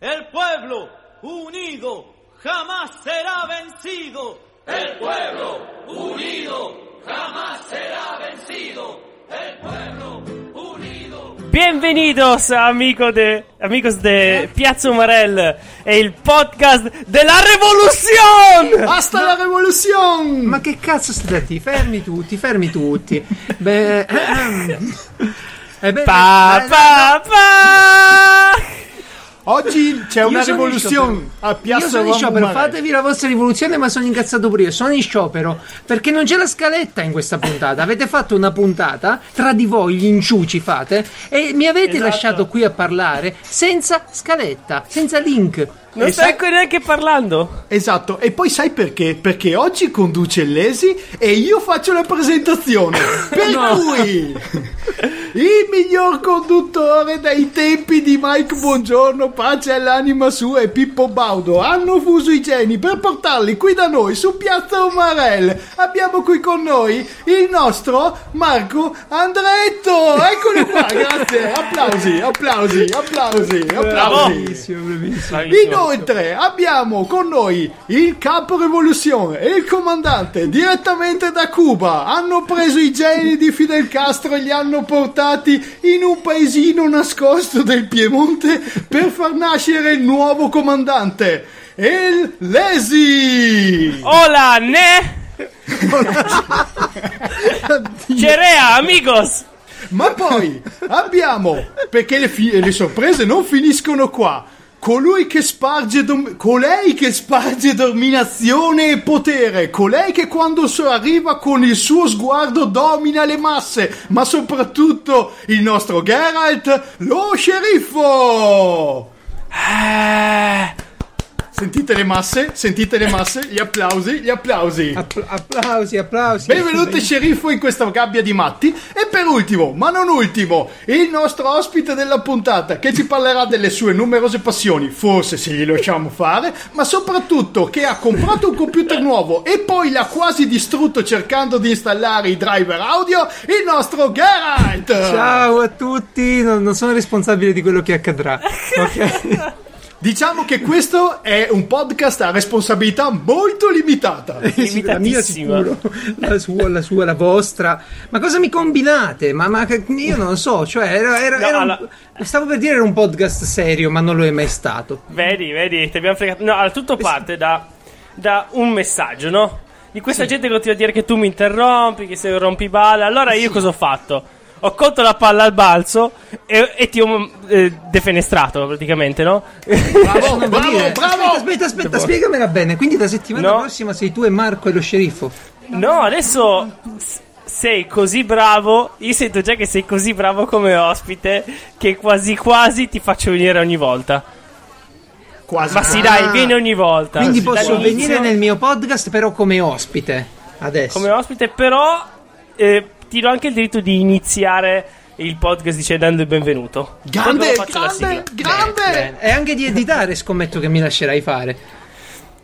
El pueblo unido jamás será vencido. El pueblo unido jamás será vencido. El pueblo unido. Bienvenidos amico de, amigos de Piazza Umarell e il podcast della rivoluzione! Basta la rivoluzione! Ma che cazzo stai a dire? Fermi tutti, fermi tutti. Beh, ehm. Ebbene, Pa eh, pa pa! Oggi c'è una eh, sono in rivoluzione sciopero. a Piazza Io sono in sciopero, Romarelli. fatevi la vostra rivoluzione, ma sono incazzato pure io. Sono in sciopero perché non c'è la scaletta in questa puntata. Avete fatto una puntata tra di voi, gli inciuci fate, e mi avete Esatto. lasciato qui a parlare senza scaletta, senza link. Non E stai sai- ancora neanche parlando? Esatto, e poi sai perché? Perché oggi conduce Lesi e io faccio la presentazione. Per cui il miglior conduttore dai tempi di Mike Buongiorno, pace all'anima sua e Pippo Baudo hanno fuso i geni per portarli qui da noi su Piazza Umarell. Abbiamo qui con noi il nostro Marco Andretto. Eccolo qua, grazie. Applausi, applausi, applausi, applausi. Inoltre abbiamo con noi il capo rivoluzione e il comandante direttamente da Cuba. Hanno preso i geni di Fidel Castro e li hanno portati in un paesino nascosto del Piemonte per far nascere il nuovo comandante, il Lesi. Hola, ne! Cerea, amigos! Ma poi abbiamo, perché le, fi- le sorprese non finiscono qua. Colui che sparge dom- colei che sparge dominazione e potere, colei che quando so- arriva con il suo sguardo domina le masse, ma soprattutto il nostro Geralt, lo sceriffo! Eh, Sentite le masse, sentite le masse, gli applausi, gli applausi. App- applausi, applausi. Benvenuti sceriffo in questa gabbia di matti e per ultimo, ma non ultimo, il nostro ospite della puntata che ci parlerà delle sue numerose passioni, forse se gli lasciamo fare, ma soprattutto che ha comprato un computer nuovo e poi l'ha quasi distrutto cercando di installare i driver audio, il nostro Geralt! Ciao a tutti, non, non sono responsabile di quello che accadrà. ok? Diciamo che questo è un podcast a responsabilità molto limitata. la mia Limitatissima. sicuro, la sua, la sua, la vostra. Ma cosa mi combinate? Ma, ma che- io non lo so, cioè era, era- No, era un- allora- stavo per dire era un podcast serio, ma non lo è mai stato. Vedi, vedi, ti abbiamo fregato. No, allora, tutto parte da, da un messaggio, no? Di questa gente che continua a dire che tu mi interrompi, che sei un rompiballa. Allora io cosa ho fatto? Ho colto la palla al balzo e, e ti ho eh, defenestrato praticamente, no? Bravo, Oh, Non vuol bravo, dire- Aspetta, bravo! aspetta, aspetta, spiegamela bene. Quindi la settimana No. Ah, prossima sei tu e Marco e lo sceriffo. No, adesso s- sei così bravo. Io sento già che sei così bravo come ospite che quasi quasi ti faccio venire ogni volta. Quasi. Ma sì, dai, vieni ogni volta. Ah. Quindi Sì, posso dall'inizio. venire nel mio podcast, però come ospite. Adesso. come ospite, però eh, ti do anche il diritto di iniziare il podcast dicendo dando il benvenuto. Quando Grande, faccio la grande, sigla. grande! Eh, Bene. E anche di editare, scommetto che mi lascerai fare.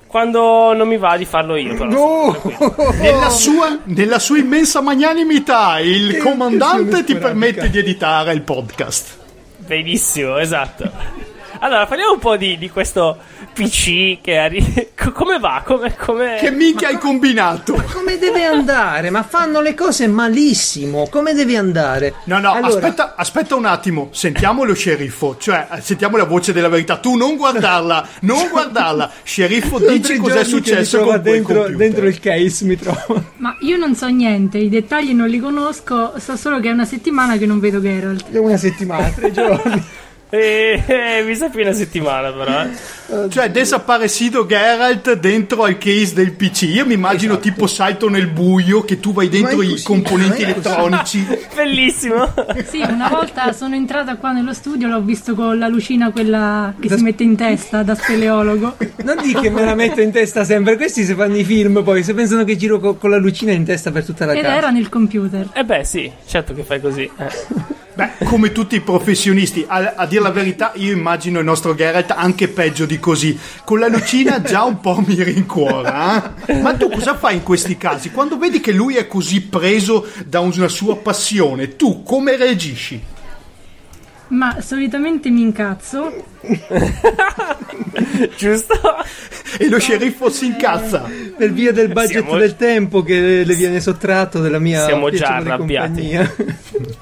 Quando non mi va di farlo io, però. Oh. Nella sua, nella sua immensa magnanimità, il comandante ti permette di editare il podcast. Benissimo, esatto. Allora, parliamo un po' di, di questo PC che arri- co- come va? Come, Eh, come... Che minchia hai combinato? Come deve andare? Ma fanno le cose malissimo. Come deve andare? No, no, Allora, aspetta, aspetta un attimo, sentiamo lo sceriffo, cioè eh, sentiamo la voce della verità. Tu non guardarla, non guardarla. Sceriffo, sono dici tre cos'è giorni che mi successo trovo con quel dentro, computer. dentro il case mi trovo. Ma io non so niente, i dettagli non li conosco, so solo che è una settimana che non vedo Geralt. È una settimana, tre giorni. Eh, eh, mi sa più una settimana, però. eh. Cioè, desaparecido Geralt dentro al case del PC. Io mi immagino tipo salto nel buio che tu vai dentro Esatto. è i così, componenti ma è così. elettronici. Bellissimo. Sì, una volta sono entrata qua nello studio, l'ho visto con la lucina quella che Da- si mette in testa da speleologo. Non dico che me la metto in testa sempre. Questi se fanno i film poi, se pensano che giro co- con la lucina in testa per tutta la Ed casa. era nel computer. Eh beh, sì, certo che fai così. eh. Beh, come tutti i professionisti, a, a dire la verità, io immagino il nostro Geralt anche peggio di così. Con la lucina già un po' mi rincuora. eh? Ma tu cosa fai in questi casi? Quando vedi che lui è così preso da una sua passione, tu come reagisci? Ma solitamente mi incazzo Giusto? E lo sceriffo si incazza. per via del budget Siamo- del tempo che le viene sottratto dalla mia Siamo già piacevole arrabbiati. compagnia.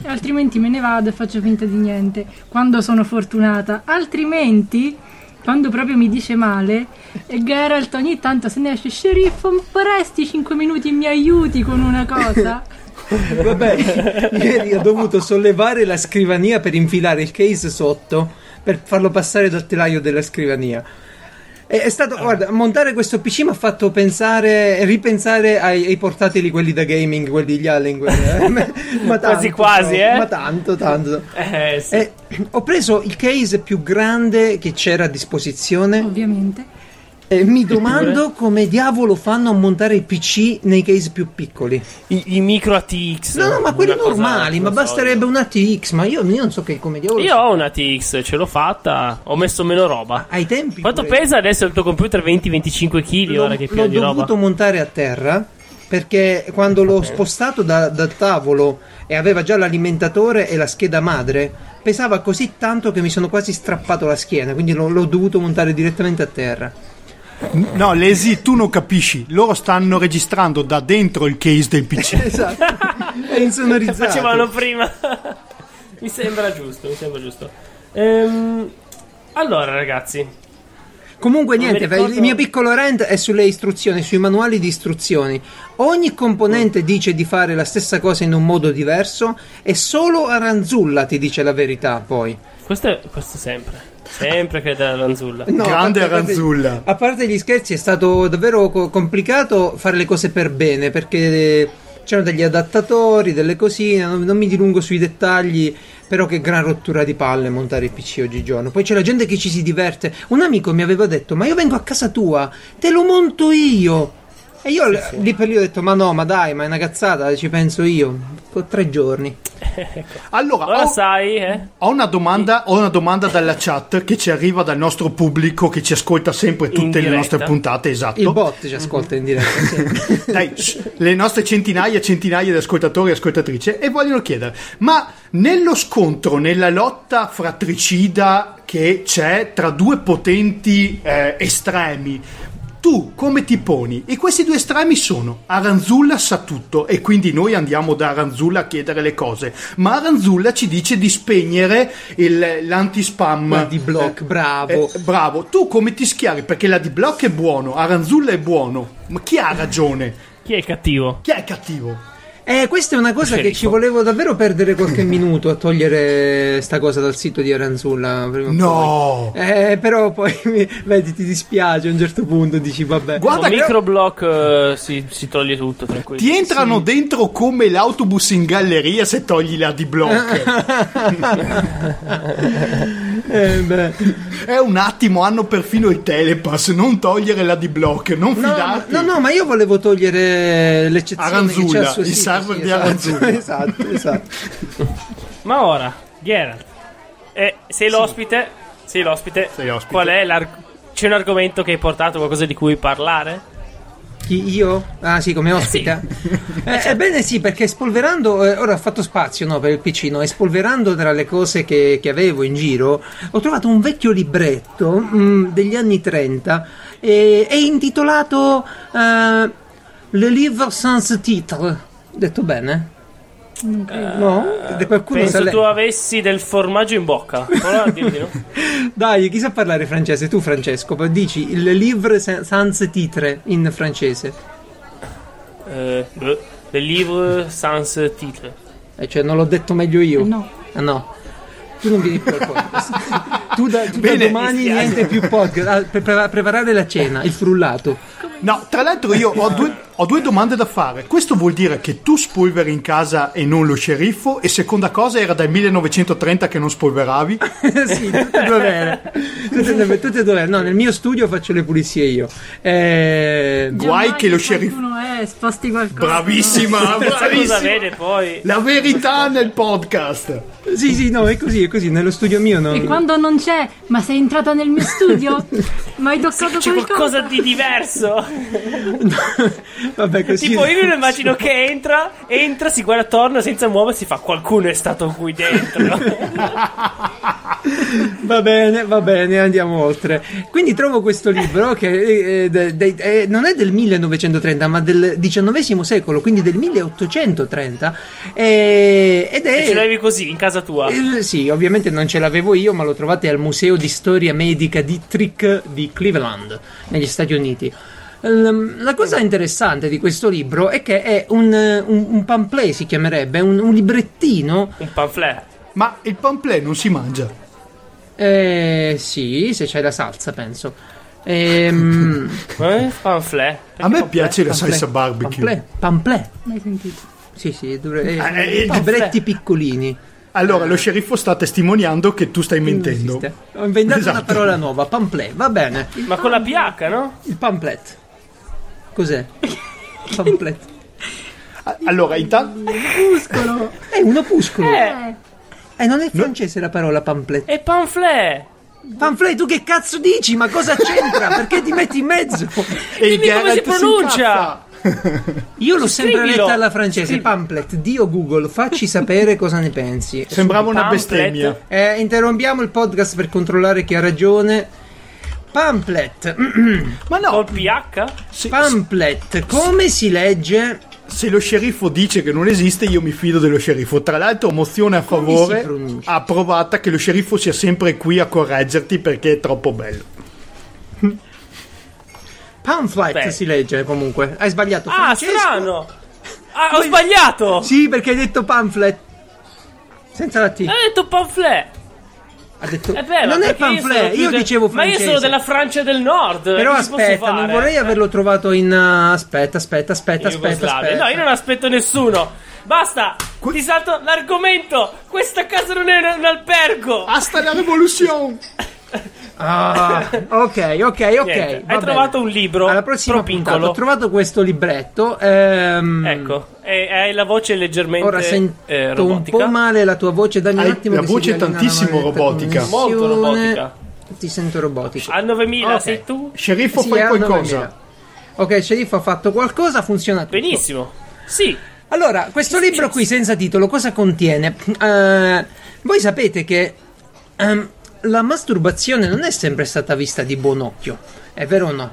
Altrimenti me ne vado e faccio finta di niente quando sono fortunata. Altrimenti, quando proprio mi dice male, e Geralt ogni tanto se ne esce, sceriffo, mi presti 5 minuti e mi aiuti con una cosa? Vabbè, ieri ho dovuto sollevare la scrivania per infilare il case sotto per farlo passare dal telaio della scrivania. E- È stato, Ah. guarda, montare questo PC mi ha fatto pensare, ripensare ai, ai portatili, quelli da gaming, quelli di Allen. quelli- eh. ma tanto, Quasi quasi, eh? Ma tanto, tanto. Eh, sì. E ho preso il case più grande che c'era a disposizione Ovviamente. e mi domando come diavolo fanno a montare il PC nei case più piccoli. I, i micro ATX. No, no, ma quelli una cosa- normali, ma non so, basterebbe un ATX, ma io, io non so che come diavolo. Io ho una TX, ce l'ho fatta, ho messo meno roba. ai tempi Quanto pure- pesa adesso il tuo computer 20-25 kg l'ho- ora che è pieno di L'ho roba? dovuto montare a terra perché quando l'ho spostato da- dal tavolo e aveva già l'alimentatore e la scheda madre, pesava così tanto che mi sono quasi strappato la schiena, quindi l'ho, l'ho dovuto montare direttamente a terra. No, Lesi, tu non capisci. Loro stanno registrando da dentro il case del PC. Esatto. È insonorizzato. Facevano prima. mi sembra giusto, mi sembra giusto. Ehm, allora, ragazzi, Comunque mi niente, ricordo- il mio piccolo rant è sulle istruzioni, sui manuali di istruzioni. Ogni Mm. componente dice di fare la stessa cosa in un modo diverso e solo Aranzulla ti dice la verità poi. questo è, questo è sempre. Sempre che della ranzulla. No, Grande a parte- Aranzulla. A parte gli scherzi è stato davvero co- complicato fare le cose per bene perché eh, c'erano degli adattatori, delle cosine, non, non mi dilungo sui dettagli, però che gran rottura di palle montare il PC oggigiorno. Poi c'è la gente che ci si diverte. Un amico mi aveva detto "Ma io vengo a casa tua, te lo monto io". E io l- lì per lì ho detto "Ma no, ma dai, ma è una cazzata, ci penso io". Con tre giorni. Allora, Ora ho, sai, eh? ho una domanda, ho una domanda dalla chat che ci arriva dal nostro pubblico che ci ascolta sempre In tutte le diretta. nostre puntate. Esatto. Il bot ci ascolta in diretta. sì. Dai, shh, le nostre centinaia e centinaia di ascoltatori e ascoltatrici eh, e vogliono chiedere, ma nello scontro, nella lotta fratricida che c'è tra due potenti eh, estremi, tu come ti poni? E questi due estremi sono Aranzulla sa tutto e quindi noi andiamo da Aranzulla a chiedere le cose, ma Aranzulla ci dice di spegnere il- l'antispam. Ma di block, bravo. Eh, bravo, tu come ti schiari? Perché la di Block è buono, Aranzulla è buono, ma chi ha ragione? Chi è il cattivo? Chi è cattivo? Eh, questa è una cosa che Sceriffo. ci volevo davvero perdere qualche minuto a togliere sta cosa dal sito di Aranzulla. prima o No! poi. Eh, però poi, mi- vedi, ti dispiace a un certo punto, dici vabbè. Guarda Con che microblock eh, si, si toglie tutto, tranquillo. ti entrano dentro come l'autobus in galleria se togli la di Block. Eh, beh. è un attimo, hanno perfino il telepass, non togliere la di Block, non No, fidarti. no, no, ma io volevo togliere l'eccezione che c'è Aranzulla, al suo il sito, server sì, di esatto, Aranzulla. Esatto, esatto. Ma ora, Geralt, eh, sei l'ospite? Sei l'ospite? Sei ospite. Qual è l'arg- C'è un argomento che hai portato, qualcosa di cui parlare? Chi, io? Ah sì, come ospita. Eh, ebbene sì, perché spolverando, eh, ora ho fatto spazio no, per il PC, no, e spolverando tra le cose che, che avevo in giro, ho trovato un vecchio libretto mm, degli anni 30, e, è intitolato eh, Le livre sans titre. Detto bene? No? Qualcuno sa Penso le- tu avessi del formaggio in bocca. Prova a dirmi di no. Dai, chi sa parlare francese? Tu Francesco, poi dici Le livre sans- sans titre in francese. Eh, beh, Le livre sans titre. Eh, cioè, non l'ho detto meglio io. No. Ah, no. Tu non vieni più al podcast. tu da, tu da Bene, domani niente più podcast. Ah, per pre- preparare la cena, il frullato. No, tra l'altro io ho due, ho due domande da fare. Questo vuol dire che tu spolveri in casa e non lo sceriffo? E seconda cosa, era dal 1930 che non spolveravi? sì, tutte e due vere. Tutte e due- tutte e due vere. No, nel mio studio faccio le pulizie io. Eh, Guai Giammai che lo sceriffo- Qualcuno è, sposti qualcosa. Bravissima, Sai cosa bravissima! vede poi? La verità nel podcast! sì, sì, no, è così, è così. Nello studio mio non... E quando non c'è, ma sei entrata nel mio studio? ma hai toccato C'è qualcosa qualcosa? di diverso. Vabbè, così... Tipo, io mi immagino che entra, entra, si guarda attorno senza muoversi, fa qualcuno è stato qui dentro. Va bene, va bene, andiamo oltre. Quindi trovo questo libro che eh, de- de- eh, non è del 1930, ma del XIX secolo, quindi del 1830. eh, ed E ce è. l'avevi così in casa tua. eh, sì, ovviamente non ce l'avevo io, ma lo trovate al Museo di Storia Medica di Trick di Cleveland, negli Stati Uniti. Ehm, La cosa interessante di questo libro è che è un, eh, un, un pamphlet, si chiamerebbe, un, un librettino. Un pamphlet. Ma il pamphlet non si mangia. Eh, sì, se c'è la salsa, penso. Ehm, Eh, pamphlet. A me piace la salsa pamphlet, barbecue. pamphlet. L'hai sentito? Sì, sì, dovre- Ah, eh, eh, libretti piccolini. Allora, lo sceriffo sta testimoniando che tu stai mentendo. Non esiste. Ho inventato una Esatto. parola nuova, pamphlet, va bene. Ma con la PH, no? Il pamphlet. Cos'è? pamphlet. A- Ah, Allora, intanto. Muscolo! È un opuscolo. Eh, Eh, non è francese la parola pamphlet. è pamphlet. Pamphlet, tu che cazzo dici? Ma cosa c'entra? Perché ti metti in mezzo? E Dimmi come si Geralt pronuncia. incazza. Io l'ho sempre Scrivilo. letta alla francese. Pamphlet, Dio Google, facci sapere cosa ne pensi. Sembrava una Pamphlet. bestemmia. Eh, interrompiamo il podcast per controllare chi ha ragione. Pamphlet, Ma no, Col Ah, PH? se, pamphlet, come si legge? se lo sceriffo dice che non esiste, io mi fido dello sceriffo. Tra l'altro, mozione a Come si favore pronuncia? approvata che lo sceriffo sia sempre qui a correggerti perché è troppo bello. Pamphlet Beh. si legge comunque. Hai sbagliato. Ah, Francesco? strano. Ah, ho sbagliato. Sì, perché hai detto pamphlet. Senza la T. Ha detto pamphlet. Ha detto... Eh, È vero. non è perché io sono pamphlet, più io del- dicevo Ma io francese. sono della Francia del Nord. Però che ci posso aspetta, non fare? vorrei averlo trovato in... uh, aspetta, aspetta, aspetta, In aspetta, Jugoslavia. aspetta. No, io non aspetto nessuno. Basta. Que- Ti salto l'argomento. Questa casa non è un- un albergo. Hasta la rivoluzione! Ah, ok, ok, ok. Niente, va hai bene. trovato un libro Alla prossima troppo puntata piccolo. ho trovato questo libretto. ehm, Ecco, e hai la voce leggermente Ora sento eh, un robotica. po' male la tua voce, dammi un Hai attimo. la che si voce riallina tantissimo maledetta robotica. Molto connessione. robotica. Ti sento robotica. A 9000 Ah, Ok. sei tu? Sceriffo, Sì, fai era qualcosa. 9000. Ok, Sheriff ha fatto qualcosa, funziona tutto. Benissimo. Sì, Allora, questo libro qui senza titolo cosa contiene? Eh, voi sapete che ehm, la masturbazione non è sempre stata vista di buon occhio, è vero o no?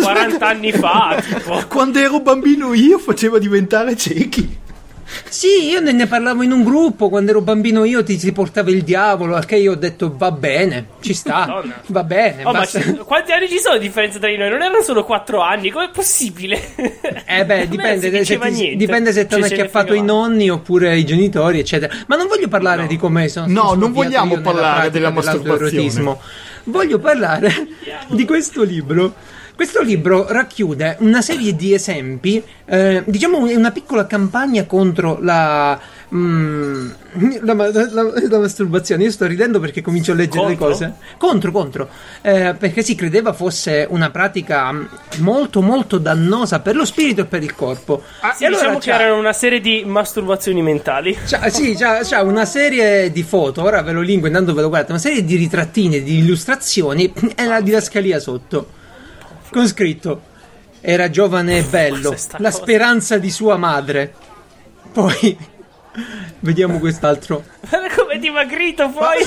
40 anni fa, Eh, tipo. Quando ero bambino io facevo diventare ciechi. Sì, io ne, ne parlavo in un gruppo quando ero bambino io ti, ti portavo il diavolo, al che io ho detto va bene, ci sta, Madonna. va bene. Oh, ma basta." ci- quanti anni ci sono di differenza tra di noi? Non erano solo 4 anni, com'è possibile? Eh Non è beh, si dipende, se- se diceva ti, niente. dipende se ti hanno Cioè, ce ne acchiappato i fregava. nonni oppure i genitori, eccetera. Ma non voglio parlare di come sono. No, sono non avviato vogliamo io nella parlare pratica della masturbazione. dell'autoerotismo. Voglio parlare di questo libro. Questo libro racchiude una serie di esempi, eh, diciamo è una piccola campagna contro la, mm, la, ma- la- la masturbazione. Io sto ridendo perché comincio a leggere Contro? le cose. Contro, contro, Eh, perché si credeva fosse una pratica mm, molto, molto dannosa per lo spirito e per il corpo. Sì, diciamo che c'ha- erano una serie di masturbazioni mentali. c'ha- sì, c'ha, c'ha una serie di foto, ora ve lo linko intanto ve lo guardate, una serie di ritrattini, di illustrazioni e la didascalia sotto, con scritto, era giovane e bello, Cos'è sta la cosa? speranza di sua madre. Poi, vediamo quest'altro. Guarda come dimagrito poi.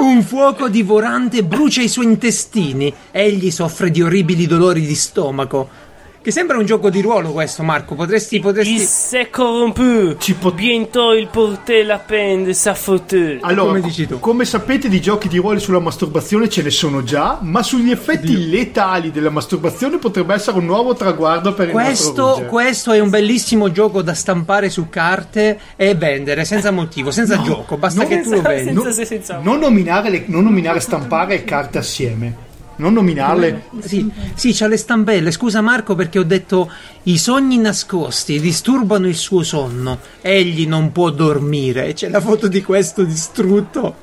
Un fuoco divorante brucia i suoi intestini. Egli soffre di orribili dolori di stomaco. Che sembra un gioco di ruolo questo, Marco. Potresti. Il potresti... s'est corrompu. Ci pot- Bientôt il portait la peine de sa faute. Allora, Come come, dici tu? sapete di giochi di ruolo sulla masturbazione ce ne sono già, ma sugli effetti letali della masturbazione potrebbe essere un nuovo traguardo per il nostro Questo, Ruger. questo è un bellissimo gioco da stampare su carte e vendere senza motivo, senza gioco. Basta non che tu lo senza- vendi. senza- se senza- Non nominare, le- non nominare stampare e carte assieme. Non nominarle. Sì, sì, c'ha le stampelle. Scusa Marco perché ho detto i sogni nascosti disturbano il suo sonno. Egli non può dormire. C'è la foto di questo distrutto.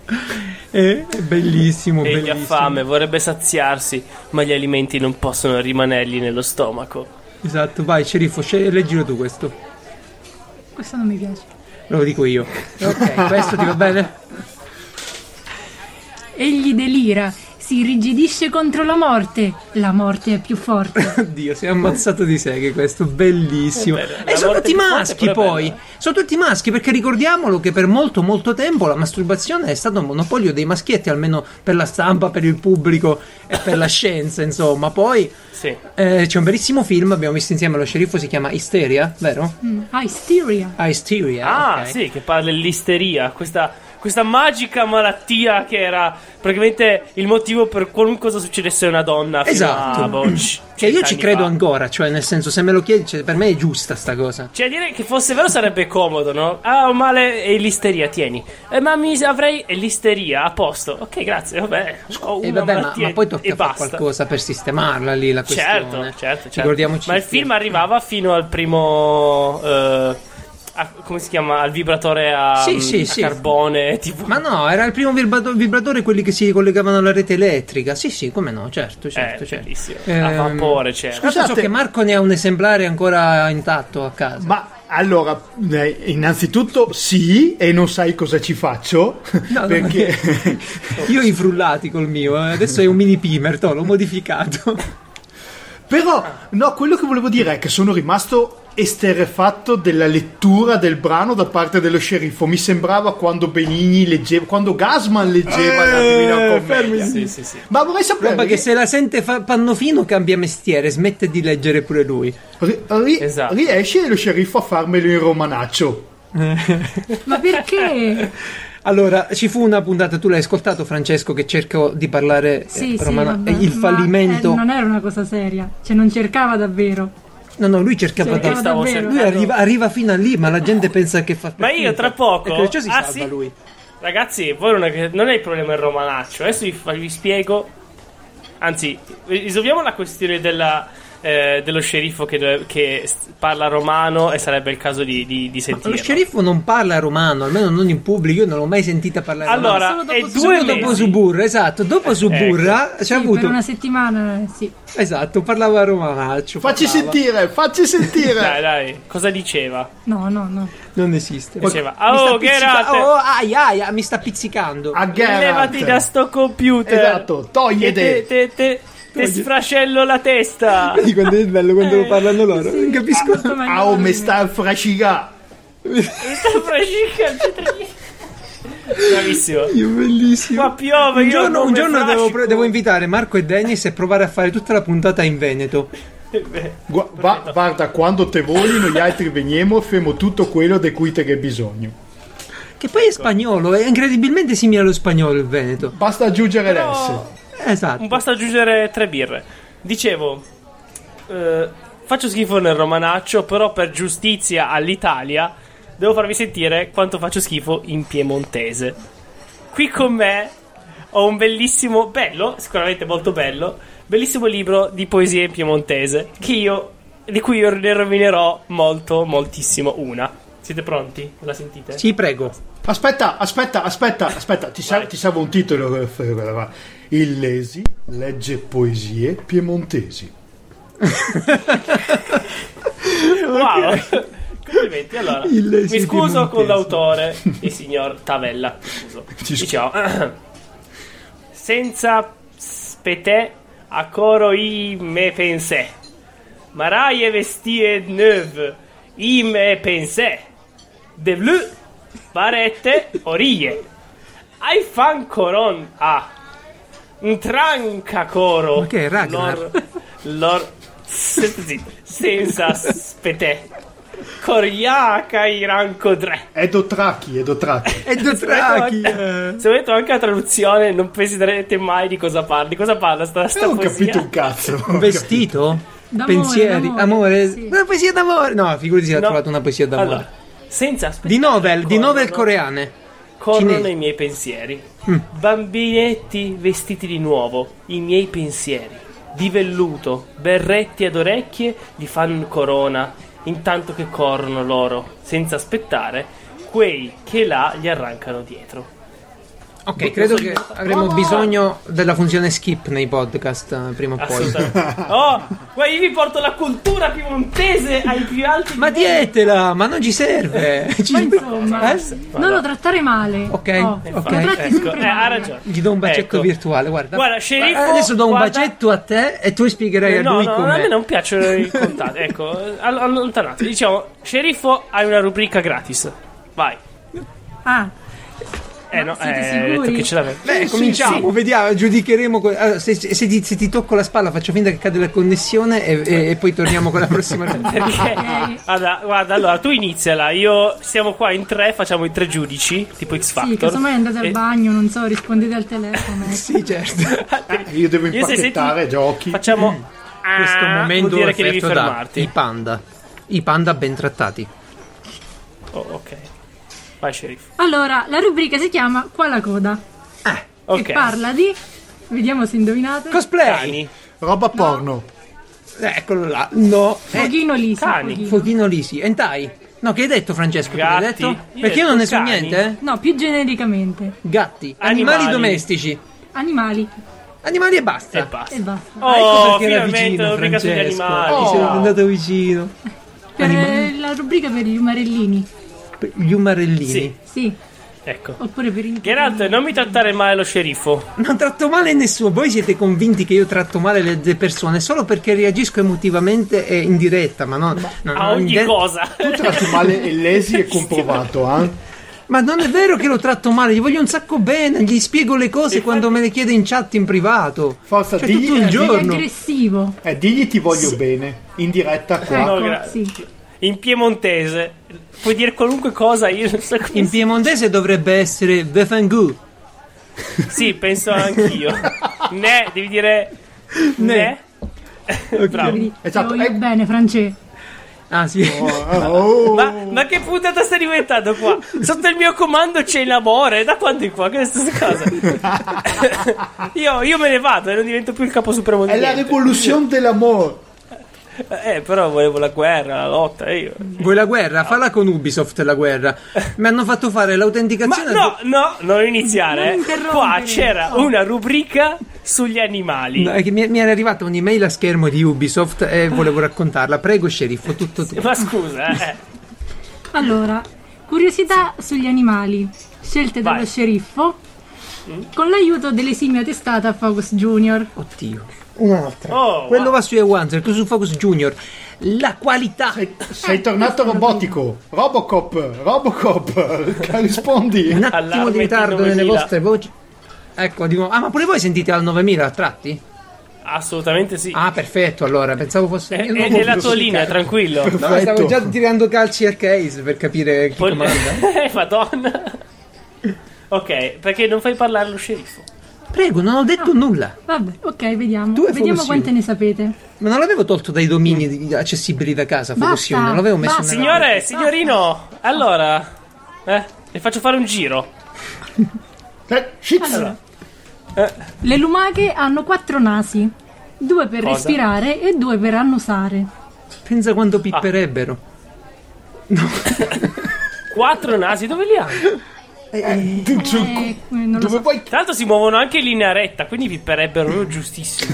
È, è bellissimo, Egli ha bellissimo. fame, vorrebbe saziarsi, ma gli alimenti non possono rimanergli nello stomaco. Esatto, vai sceriffo, sce- leggilo tu questo. Questo non mi piace. Lo dico io. Ok, questo ti va bene? Egli delira, si irrigidisce contro la morte. La morte è più forte. Oddio, si è ammazzato di seghe questo, bellissimo. È vero, la e sono morte tutti di Fonte maschi pure è poi, bella. sono tutti maschi perché ricordiamolo che per molto molto tempo la masturbazione è stato un monopolio dei maschietti, almeno per la stampa, per il pubblico e per la scienza, insomma. Poi Sì. eh, c'è un bellissimo film, abbiamo visto insieme lo sceriffo, si chiama Isteria, vero? Mm, Ah, Hysteria. Ah, Isteria. Ah, ok. sì, che parla dell'isteria, questa, questa magica malattia che era praticamente il motivo per qualunque cosa succedesse a una donna. fino Esatto. a, boh, c- Cioè, io ci cent'anni credo fa. ancora, cioè, nel senso, se me lo chiedi, cioè, per me è giusta sta cosa. Cioè, dire che fosse vero sarebbe comodo, no? Ah, ho male e l'isteria, tieni. Eh, ma mi avrei e l'isteria, a posto. Ok, grazie, vabbè. Ho E una Eh, vabbè, ma, malattia ma poi e tocca fare basta. qualcosa per sistemarla lì la questione. eh. Certo, certo, certo. Ricordiamoci. Ma il film arrivava fino al primo... eh, a- come si chiama? Al vibratore a, mm, Sì, sì, a sì. carbone, tipo... Ma no, era il primo vibrato- vibratore quelli che si collegavano alla rete elettrica. Sì, sì, come no, certo, certo, eh, certo. bellissimo. A Ehm, vapore certo. c'era. Tanto so Scusate. che Marco ne ha un esemplare ancora intatto a casa. Ma allora, eh, innanzitutto sì, e non sai cosa ci faccio, No, no, perché... Io ho i frullati col mio, eh. adesso è un mini pimer, to, l'ho modificato. Però, no, quello che volevo dire è che sono rimasto esterrefatto della lettura del brano da parte dello sceriffo. Mi sembrava quando Benigni leggeva, quando Gasman leggeva Eh, la Divina Commedia. Sì, sì, sì. Ma vorrei sapere... Roba che se la sente fa- Pannofino cambia mestiere, smette di leggere pure lui. ri- ri- Esatto. Riesce lo sceriffo a farmelo in romanaccio. Ma perché? Allora, ci fu una puntata, tu l'hai ascoltato Francesco, che cercò di parlare Sì, eh, sì, romano. vabbè, E il ma, fallimento... eh, non era una cosa seria. Cioè, non cercava davvero. No, no, lui cercava Cercava di... stavo davvero. Lui arriva, arriva fino a lì, ma la gente pensa che fa... Ma io tra poco- E perciò si Ah, salva sì? lui. Ragazzi, voi non è, non è il problema il romanaccio. Adesso vi, fa- vi spiego. Anzi, risolviamo la questione della, eh, dello sceriffo che, dove- che s- parla romano e sarebbe il caso di, di, di Ma Lo sentirlo. sceriffo non parla romano, almeno non in pubblico, io non l'ho mai sentita parlare Allora, romano. è dopo, due solo mesi. Eh, ecco. dopo Suburra, esatto, dopo Suburra ci Sì, ha avuto... Per una settimana, eh, sì. Esatto, parlava romanaccio. Facci parlava- sentire, facci Dai, sentire. dai, cosa diceva? Eh, No, no, no. Non esiste. Diceva, Mi sta "Oh, pizzica- Geralt!" Oh, aia, aia, mi sta pizzicando. A Levati da Geralt. sto computer. Esatto, Te, togliete. te, te, te sfrascello la testa. Vedi quando è bello Eh, quando lo parlano loro? Non capisco. Molto meglio Ah, Au, di me. me sta a frascigà. Bravissimo. Io, bellissimo. Qua piove, un io giorno, non un mi giorno devo, frascico. devo invitare Marco e Dennis e provare a fare tutta la puntata in Veneto. Gua- va- guarda, quando te voli, noi altri veniamo e femo tutto quello di cui te che hai bisogno. Che Ecco. poi è spagnolo, è incredibilmente simile allo spagnolo il Veneto. Basta aggiungere Però- l'S. Esatto. Un basta aggiungere tre birre. Dicevo, eh, faccio schifo nel romanaccio, però per giustizia all'Italia devo farvi sentire quanto faccio schifo in piemontese. Qui con me ho un bellissimo, bello, sicuramente molto bello, bellissimo libro di poesie in piemontese che io, di cui io ne rovinerò molto, moltissimo una. Siete pronti? La sentite? Sì, prego. Aspetta, aspetta, aspetta, aspetta, ti, sa- Vai. ti salvo un titolo. eh, f- guarda qua. Il Lesi legge poesie piemontesi. Wow. Complimenti, allora. Mi scuso con l'autore, il signor Tavella. Scuso. Ti scu- Diciamo, senza spete a coro i me pensè. Maraie vestie neuve i me pensè. De blu parette orie. Ai fan coron a. Un tranca coro. Ma che è Ragnar? Lor, lor, senti, zitti, senza spete. Coriaca i ranco 3. Edo Trachi, Edo Trachi. E Dotraki. eh. Se vedete anche la traduzione, non penserete mai di cosa parli. Di cosa parla Eh, sta, Non sta ho poesia? capito un cazzo. Un vestito? D'amore, Pensieri, d'amore, amore. sì. Una poesia d'amore. No, figurati se ha No. trovato una poesia d'amore. Allora, senza aspettare. Di novel, di corrono- novel coreane. Corrono cinese. i miei pensieri. Mm. Bambinetti vestiti di nuovo, i miei pensieri. Di velluto, berretti ad orecchie li fan corona, intanto che corrono loro, senza aspettare, quei che là gli arrancano dietro. Ok, credo che avremo bisogno della funzione skip nei podcast eh, prima o poi. Assolutamente. Oh, guarda, io vi porto la cultura piemontese ai più alti Ma dietela, ma non ci serve. Ci- Ma insomma, Eh, s- non lo trattare male. Ok, Oh, ok. lo tratti Ecco, sempre eh, ha male. ragione. Gli do un bacetto Ecco. virtuale, guarda. Eh, Guarda, sceriffo, Adesso do un guarda- bacetto a te e tu spiegherai a No, Cioè, lui no, a me come. non piacciono i contatti. Ecco, all- allontanatevi. Diciamo, sceriffo, hai una rubrica gratis. Vai. Ah, Eh, Ma no, siete eh, sicuri? ho detto che ce l'avevo. Beh, Sì, cominciamo, vediamo, giudicheremo. que- allora, se, se- se ti, se ti tocco la spalla, faccio finta che cade la connessione e, e- e poi torniamo con la prossima. Perché, guarda, guarda, allora tu iniziala. Io siamo qua in tre, facciamo i tre giudici, tipo X Factor. sì, casomai andate al E- bagno, non so, rispondete al telefono. sì, certo. Ah, Io devo Io se impacchettare senti- giochi. Facciamo Ah, Questo momento vuol dire che devi offerto da i fermarti. panda. I panda ben trattati. Oh, ok. Vai, sceriffo. Allora, la rubrica si chiama Qua la coda. Ok. E parla di. Vediamo se indovinate. Cosplay. Cani. Roba porno. Eccolo là. No. Eh, Foghino lì, sì, cani, foghino. Fuochino Lisi. Entai. No, che hai detto Francesco? prima? Hai Gatti. detto? Io Perché io ho detto non ne so cani. niente, eh? No, più genericamente. Gatti. Animali. Animali, domestici. Animali Animali e basta. E basta. e basta. Oh, Ah, ecco perché era finalmente vicino, la rubrica sugli Francesco. Oh. animali. Mi sono andato vicino. Per eh, la rubrica per gli umarellini. Per Gli umarellini. Sì, Sì, ecco. oppure per i. Geralt, non mi trattare male lo sceriffo. Non tratto male nessuno. Voi siete convinti che io tratto male le, le persone solo perché reagisco emotivamente e in diretta, ma non, non- A non ogni Ah, in de- cosa. Tu tratti male e lesi è comprovato, eh? Ma non è vero che lo tratto male, gli voglio un sacco bene, gli spiego le cose quando me le chiede in chat in privato. Forza, Cioè, digli, tutto il eh, giorno. digli- aggressivo. eh, digli ti voglio bene, in diretta qua. Ecco, gra- sì. In piemontese. Puoi dire qualunque cosa, io non so come In piemontese dovrebbe essere Vefangu. Sì, penso anch'io. ne, devi dire ne. Bravo. Quindi, Esatto, ti voglio eh. bene, France. Ah sì. Oh, Eh, Ma, ma che puntata sta diventando qua? Sotto il mio comando c'è l'amore. Da quando in qua? Che è questa cosa? io, io me ne vado e non divento più il capo supremo di è la niente. rivoluzione dell'amore. Eh, però volevo la guerra, la lotta. e Io. Vuoi la guerra? Falla con Ubisoft la guerra. Mi hanno fatto fare Ma l'autenticazione. no, no, non iniziare. Non interrompere. Qua c'era Oh. una rubrica sugli animali. No, è che mi, mi era arrivata un'email a schermo di Ubisoft e volevo raccontarla. Prego, sceriffo, tutto tu. Ma scusa, eh. Allora, curiosità sugli animali, scelte Vai. Mm. dallo sceriffo con l'aiuto dell'esimia testata Focus Junior. Oddio. Un'altra. Oh, Quello wow. va su E1, quello su Focus Junior. La qualità. Sei, sei tornato robotico. Robocop, Robocop, rispondi. Un attimo Allarme di ritardo nelle 9000. vostre voci. Ecco, dico. Ah, ma pure voi sentite al 9000 a tratti? assolutamente sì. Ah, perfetto, allora. Pensavo fosse. È, io è non ho Eh, nella potuto tua linea, giudicare. tranquillo. No, stavo Perfetto. già tirando calci al case per capire chi Poi... comanda. eh, madonna. ok, perché non fai parlare lo sceriffo? Prego, non ho detto nulla. Vabbè, ok, vediamo. Due vediamo Focus quante ne sapete. Ma non l'avevo tolto dai domini di- accessibili da casa, Focus Basta, Junior, L'avevo messo basta. nella- Signore, signorino, allora... Eh, le faccio fare un giro. Eh, shit. Allora. Le lumache hanno quattro nasi, due per Cosa? respirare e due per annusare. Pensa quanto pipperebbero. Quattro nasi, dove li hanno? Su- Eh, non lo Dove so. vuoi Tra l'altro si muovono anche in linea retta, quindi pipperebbero loro giustissimo.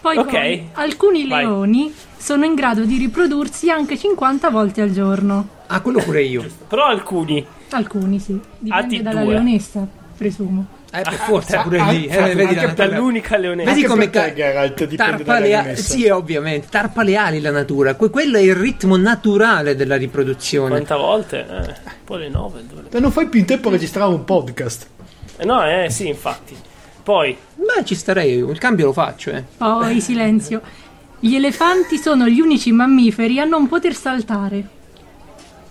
Poi Ok. poi, alcuni Vai. leoni sono in grado di riprodursi anche 50 volte al giorno. Ah, quello pure io. Però alcuni. Alcuni sì, dipende Atti dalla due. leonessa, presumo. Eh, per forza, pure ah, lì. ah, Eh, vedi, anche la- Dall'unica leonessa. Vedi Anche come per te, ca- Geralt, dipende tarpa dalle le a- rimesse. Sì, ovviamente, tarpa le ali la natura. Que- quello è il ritmo naturale della riproduzione. Quanta volte? Eh, poi le nove. dove le- E non fai più in tempo a registrare un podcast. Eh, No, eh, sì, infatti. Poi, Ma ci starei io, il cambio lo faccio, eh. Poi Oh, silenzio. Gli elefanti sono gli unici mammiferi a non poter saltare.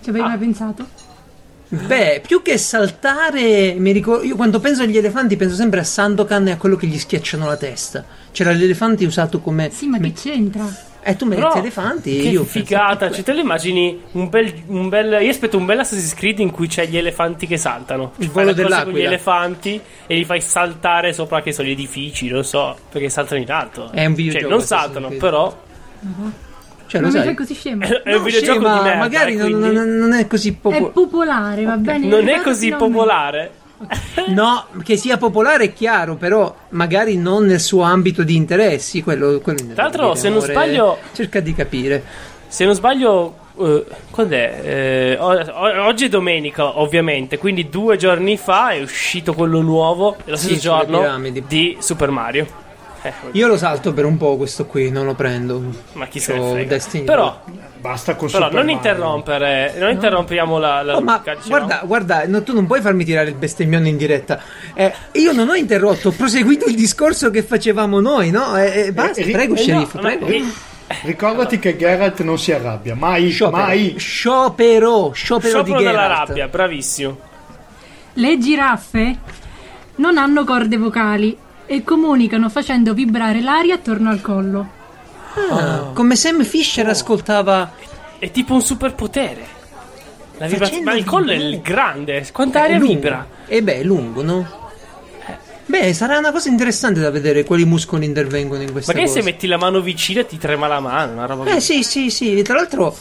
Ci avevi Ah. mai pensato? Beh, più che saltare, mi ricor- io quando penso agli elefanti penso sempre a Sandokan e a quello che gli schiacciano la testa. C'era l'elefante usato come... Sì, ma che c'entra? Eh, tu metti però, elefanti che e io... figata. Cioè, te le immagini un bel, un bel. Io aspetto un bel Assassin's Creed in cui c'è gli elefanti che saltano. Cioè, Il fai volo la corsa con gli dell'aquila. elefanti e li fai saltare sopra che sono gli edifici, non so. Perché saltano in alto. È un videogioco, Cioè, non Assassin's saltano, Creed. però. Cioè, lo Ma mi sai. Eh, fai così scemo. È un No, videogioco scema, di merda. magari eh, non, quindi non- non è così È popolare. popolare, va bene? non è Ricordati così da me. popolare. No, che sia popolare è chiaro, però magari non nel suo ambito di interessi. Quello, quello Tra l'altro, dire, se non amore, sbaglio- cerca di capire. Se non sbaglio, eh, quando è? Eh, o- o- oggi è domenica, ovviamente, quindi due giorni fa è uscito quello nuovo, lo stesso sulle giorno, piramidi. di Super Mario. Eh, Io lo salto per un po'. Questo qui non lo prendo. ma chi se C'ho ne frega. Destiny Però, Basta con però Super non Mario. interrompere, non interrompiamo la, la Oh, ma rubrica, diciamo. guarda, guarda, no, tu non puoi farmi tirare il bestemmione in diretta. Eh, io non ho interrotto, ho proseguito il discorso che facevamo noi, no? Eh, eh, basta, Eh, ri- prego, eh, no, sceriffo, Ma- prego. eh, Ricordati che Geralt non si arrabbia, mai, Sciopero, mai. sciopero, sciopero Sciopero di della Geralt. rabbia, bravissimo. Le giraffe non hanno corde vocali e comunicano facendo vibrare l'aria attorno al collo. Ah, come Sam Fisher Oh. ascoltava È tipo un superpotere. La vibra- Facendo ma il collo è vibrare. il grande, quanta aria lungo. vibra. E beh, è lungo, no? Eh. Beh, sarà una cosa interessante da vedere quali muscoli intervengono in questa Magari cosa. se metti la mano vicina ti trema la mano, una roba Eh così. sì, sì, sì, tra l'altro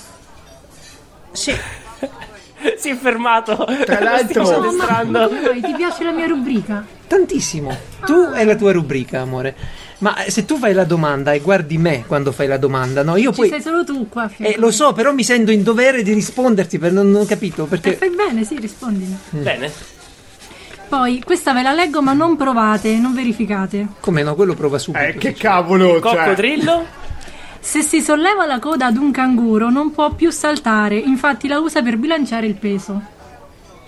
Sì, si è fermato. Tra l'altro- stiamo Oh, ma, ma addestrando. come vuoi? ti piace la mia rubrica? Tantissimo. Ah. Tu è la tua rubrica, amore. Ma eh, se tu fai la domanda e guardi me quando fai la domanda, no? Io Ci poi. sei solo tu qua. Eh, figlio. lo so, però mi sento in dovere di risponderti per non, non capito Eh, perché. fai bene, sì, rispondimi. Mm. Bene. Poi, questa ve la leggo ma non provate, non verificate. Come no, quello prova subito. Eh, che cavolo, cioè. Coccodrillo? Se si solleva la coda ad un canguro non può più saltare, infatti la usa per bilanciare il peso.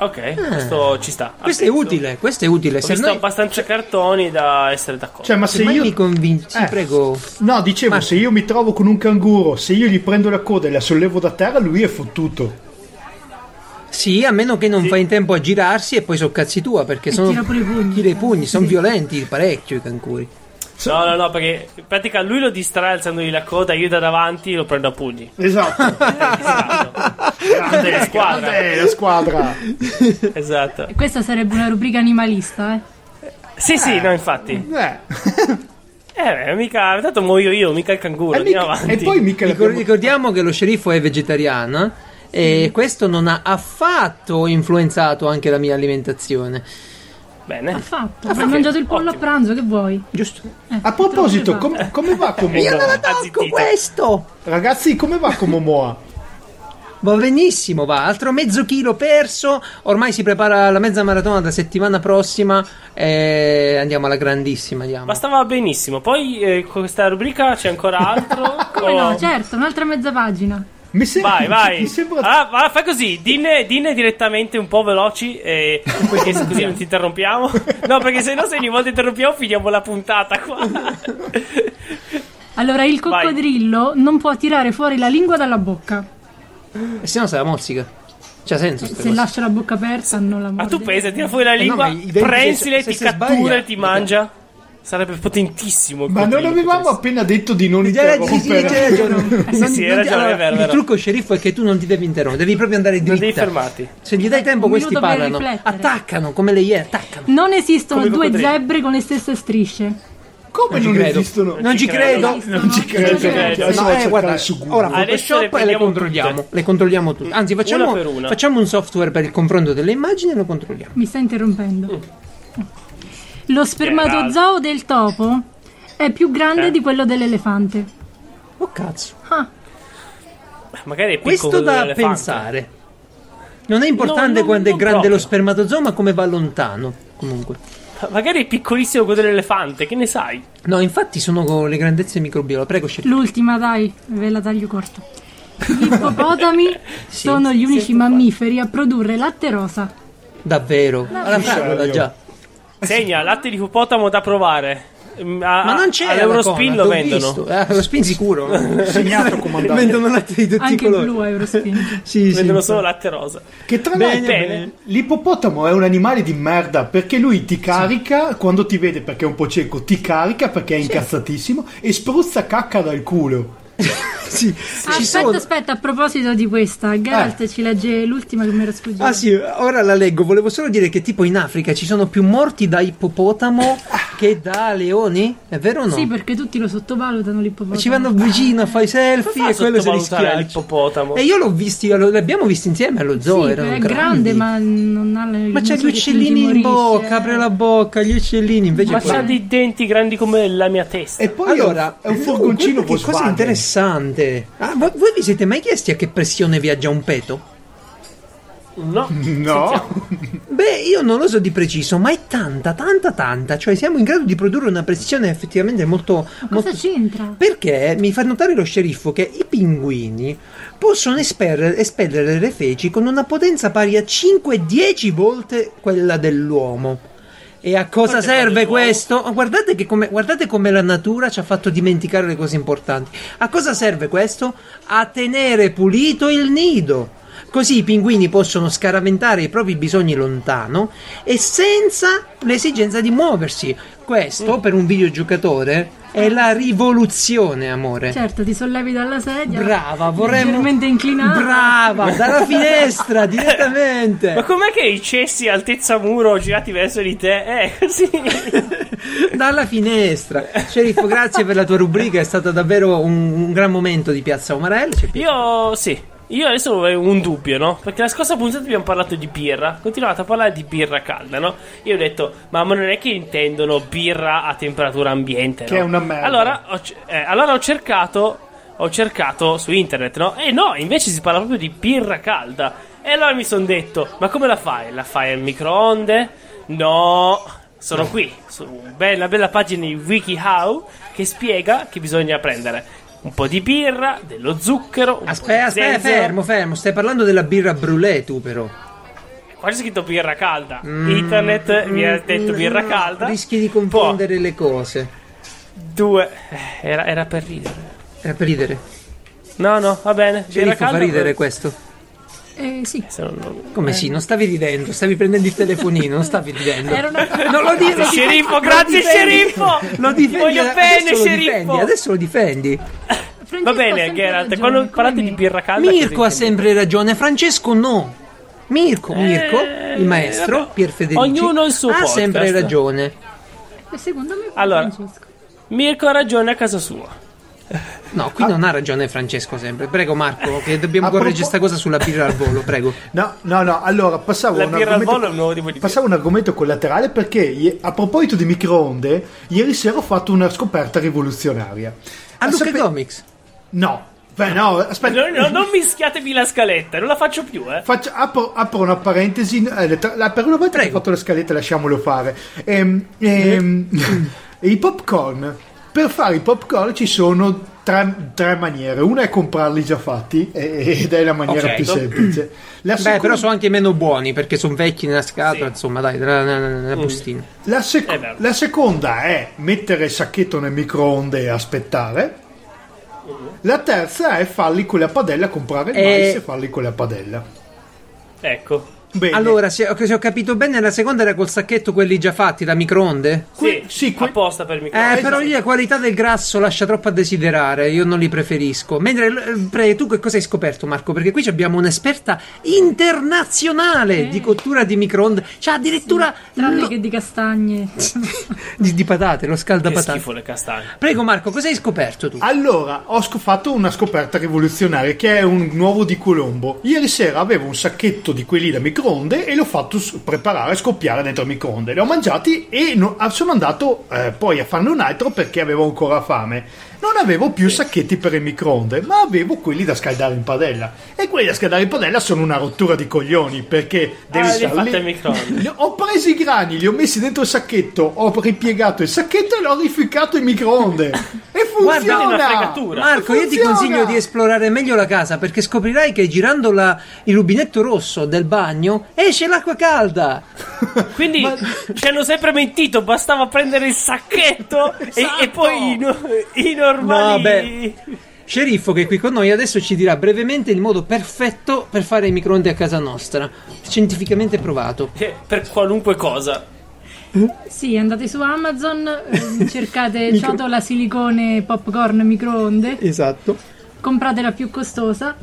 Ok, questo ci sta. Ah. Questo è Apprezzo. utile, questo è cioè- utile. Ho Se visto noi, abbastanza cartoni da essere d'accordo. Cioè, ma se se mai io... mi convinci, Eh. prego. No, dicevo, Ma- se io mi trovo con un canguro, se io gli prendo la coda e la sollevo da terra, lui è fottuto. Sì, a meno che non fai in tempo a girarsi e poi so cazzi tua, perché E sono. tira pure i pugni. eh. Tira i pugni, sono Sì. violenti parecchio i cancuri. no, no, no, perché in pratica lui lo distrae alzandogli la coda, io da davanti lo prendo a pugni. Esatto. Grande la squadra. Grande la squadra. Esatto. E questa sarebbe una rubrica animalista, eh. Sì, sì, no, infatti. Eh. Eh, beh, mica, tanto muoio io, mica il canguro, E, andiamo Eh, mica- avanti. e poi mica Ricor- l'abbiamo... ricordiamo che lo sceriffo è vegetariano eh, e questo non ha affatto influenzato anche la mia alimentazione. Bene. Fatto. Ah, Ho fatto. mangiato il pollo Ottimo. a pranzo, che vuoi? Giusto? Eh, A te proposito, lo fai. com- come va con Io non Momoa? attacco Azzittito. questo! Ragazzi, come va con Momoa? Va benissimo, va. Altro mezzo chilo perso. Ormai si prepara la mezza maratona da settimana prossima. E andiamo alla grandissima, andiamo. Ma stava benissimo. Poi eh, con questa rubrica c'è ancora altro. Come O- no, certo, un'altra mezza pagina. Mi sembra... Vai, vai. Mi sembra... Ah, va, fai così, dinne, dinne direttamente un po' veloci, eh, perché se- così non ti interrompiamo. No, perché se no se ogni volta interrompiamo finiamo la puntata qua. Allora, il Vai. coccodrillo non può tirare fuori la lingua dalla bocca. E se no sarà mozzica. C'ha senso. sta Se cosa. lascia la bocca aperta, non la morde. Ma tu pensa, tira fuori la Eh, no, lingua, ma i denti se- prensile, se ti si cattura sbaglia- e ti mangia. Sarebbe potentissimo. il Ma non coccodrillo, avevamo potesse- appena detto di non Già raggi- sì, sì, interrompere? c'hai ragione. Non- Eh, sì, hai non ti- ragione, allora, è vero, è Il vero. trucco sceriffo è che tu non ti devi interrompere, devi proprio andare dritta. Non devi fermarti. Se gli dai tempo Un questi minuto per parlano. riflettere. Attaccano come le iene, attaccano. Non esistono Come i due coccodrilli. zebre con le stesse strisce. Come non, ci credo. esistono? Non ci credo. Non ci credo. credo. No, Adesso vai a eh, cercare guarda, su Google. ora Adesso le Photoshop e le prendiamo controlliamo. tutte. Le controlliamo tutte. Anzi, facciamo, Una per una. facciamo un software per il confronto delle immagini e lo controlliamo. Mi sta interrompendo. Mm. Lo spermatozoo del topo è più grande Eh. di quello dell'elefante. Oh cazzo, Ecco Ah, Magari è piccolo questo quello da dell'elefante. pensare. Non è importante No, non- quando è non grande proprio. lo spermatozoo, ma come va lontano. Comunque. Ma Magari è piccolissimo quello dell'elefante, che ne sai? No, infatti sono con le grandezze microbiologiche. Prego, scegliete. l'ultima, dai, ve la taglio corta. Gli ippopotami sono gli unici mammiferi a produrre latte rosa. Davvero. Alla fragola Sceglio. già. Segna, latte di ippopotamo da provare. Mm, a- Eh, Ma non c'è a- All'Eurospin alla lo Conad, ho vendono. visto. Ah, lo spin sicuro. Segnato, comandante. vendono latte di tutti i Anche il colori. blu eh. a Eurospin. Sì, sì. Vendono solo latte rosa. Che tra Bene, l'altro bene. l'ippopotamo è un animale di merda perché lui ti carica quando ti vede perché è un po' cieco, ti carica perché è incazzatissimo e spruzza cacca dal culo. sì, ci Ah, aspetta, sono. Eh. aspetta, a proposito di questa, Geralt ci legge l'ultima che mi era sfuggita. Ah sì, ora la leggo. Volevo solo dire che tipo in Africa ci sono più morti da ippopotamo che da leoni? È vero o no? Ah. Sì, perché tutti lo sottovalutano Ma l'ippopotamo. ci vanno vicino a fare i selfie e quello se sottovalutare li schiaccia. l'ippopotamo. E io l'ho visti, lo- li abbiamo visti insieme allo zoo. Sì, erano è grandi. grande, ma non ha le Ma c'ha non gli so che uccellini quindi in morisce, bocca, apre eh. la bocca, gli uccellini invece Ma qua- c'ha dei denti grandi come la mia testa. E poi allora, è un furgoncino oh, guarda che cosa Volkswagen. interessante. Ah, voi, voi vi siete mai chiesti a che pressione viaggia un peto? Eh, No. No, Beh, io non lo so di preciso, ma è tanta, tanta, tanta. Cioè, siamo in grado di produrre una pressione effettivamente molto. Cosa molto... c'entra? Perché mi fa notare lo sceriffo che i pinguini possono esper- espellere le feci con una potenza pari a 5-10 volte quella dell'uomo. E a cosa Quante serve palle d'uovo? questo? Guardate, che come, guardate come la natura ci ha fatto dimenticare le cose importanti. A cosa serve questo? A tenere pulito il nido. Così i pinguini possono scaraventare i propri bisogni lontano e senza l'esigenza di muoversi. Questo, per un videogiocatore, è la rivoluzione, amore. Certo, ti sollevi dalla sedia. Brava, vorremmo. Leggermente inclinata. Brava, dalla finestra direttamente. Ma com'è che i cessi altezza muro girati verso di te? Eh, così. dalla finestra. Sceriffo, grazie per la tua rubrica, è stato davvero un, un gran momento di Piazza Omarelli. C'è Pietro. Io sì. Io adesso ho un dubbio, no? Perché la scorsa puntata abbiamo parlato di birra. Continuate a parlare di birra calda, no? Io ho detto, ma ma non è che intendono birra a temperatura ambiente, no? Che è una merda. Allora ho, ce- eh, allora ho cercato. Ho cercato su internet, no? E no, invece si parla proprio di birra calda. E allora mi sono detto, ma come la fai? La fai al microonde? No. Sono qui, su una bella, bella pagina di WikiHow che spiega che bisogna prendere un po' di birra, dello zucchero, un Aspetta, po' di aspetta, zenzero. fermo, fermo. Stai parlando della birra brulè, tu, però. Qua c'è scritto birra calda. Internet mi ha detto birra calda. Mm. Rischi di Poi, confondere le cose. Due. Eh, Era, era per ridere. Era Eh, per ridere. No, no, va bene. Birra Sceriffo, fa calda. ridere questo. Eh, sì. Se non- non- Come sì, non stavi ridendo, stavi prendendo il telefonino, non stavi ridendo. Era una Non lo dire, lo Grazie, sceriffo, lo grazie, difendi. sceriffo! Lo Ti difendi, voglio adesso bene, lo sceriffo! difendi, adesso lo difendi. Va Francesco ha bene, sempre Geralt. ragione, Quando come parlate me. di birra calda. Mirko cosa ha sempre ragione, Francesco no. Mirko, Mirko, il maestro, Eh, vabbè. Pier Federici, Ognuno il suo ha podcast. sempre ragione. Eh, Secondo me Allora. Francesco. intendi? Mirko ha ragione a casa sua. No, qui non ha ragione Francesco sempre. Prego Marco, che dobbiamo A correggere propos- sta cosa sulla birra al volo, prego. no, no, no. Allora, passavo a La un birra al argomento- volo è un nuovo tipo di birra. Passavo a un argomento collaterale perché i- a proposito di microonde, ieri sera ho fatto una scoperta rivoluzionaria. A Ah, Luca sape- Comics. No, beh, no, aspetta. No, no, non mischiatevi la scaletta, non la faccio più, eh. Faccio- apro, apro una parentesi. eh, tra- la- per una volta che ho Prego. fatto le scalette, lasciamolo fare. Ehm, ehm, Eh? I popcorn. Per fare i popcorn ci sono tre, tre maniere. Una è comprarli già fatti, e- ed è la maniera Ok. più semplice. La Beh, seconda- però sono anche meno buoni perché sono vecchi nella scatola, Sì. Mm. insomma, dai, nella, nella- nella bustina. La, seco- Eh, È vero. la seconda è mettere il sacchetto nel microonde e aspettare. La terza è farli con la padella, comprare il E- mais e farli con la padella. Ecco. Bene. Allora, se ho, se ho capito bene, la seconda era col sacchetto quelli già fatti da microonde? Sì, Que- sì, que- apposta per il Eh, microfono. però lì la qualità del grasso lascia troppo a desiderare, io non li preferisco. Mentre eh, pre- tu che cosa hai scoperto, Marco? Perché qui ci abbiamo un'esperta Eh. internazionale di cottura di microonde, c'ha addirittura Tranne lo- che di castagne. di, di patate, lo Che scaldapatate. schifo le castagne. Prego Marco, cosa hai scoperto tu? Allora, ho sc- fatto una scoperta rivoluzionaria che è un nuovo di Colombo. Ieri sera avevo un sacchetto di quelli da microonde e l'ho fatto s- preparare, scoppiare dentro il microonde. Li ho mangiati e no- ah, sono andato eh, poi a farne un altro perché avevo ancora fame. Non avevo più sacchetti per il microonde, ma avevo quelli da scaldare in padella. E quelli da scaldare in padella sono una rottura di coglioni perché devi Ah, li hai star fatti lì- al microonde. Li- Ho preso i grani, li ho messi dentro il sacchetto, ho ripiegato il sacchetto e l'ho rificcato in microonde. E funziona! Guarda, è una fregatura. Marco, io ti Funziona! consiglio di esplorare meglio la casa perché scoprirai che girando la- il rubinetto rosso del bagno esce l'acqua calda. Quindi ci hanno sempre mentito, bastava prendere il sacchetto e, e poi i, no- i normali... No, beh. Sceriffo che è qui con noi adesso ci dirà brevemente il modo perfetto per fare i microonde a casa nostra, scientificamente provato. Eh, Per qualunque cosa. sì, andate su eh, Amazon, ehm, cercate ciotola silicone popcorn microonde Esatto. comprate la più costosa,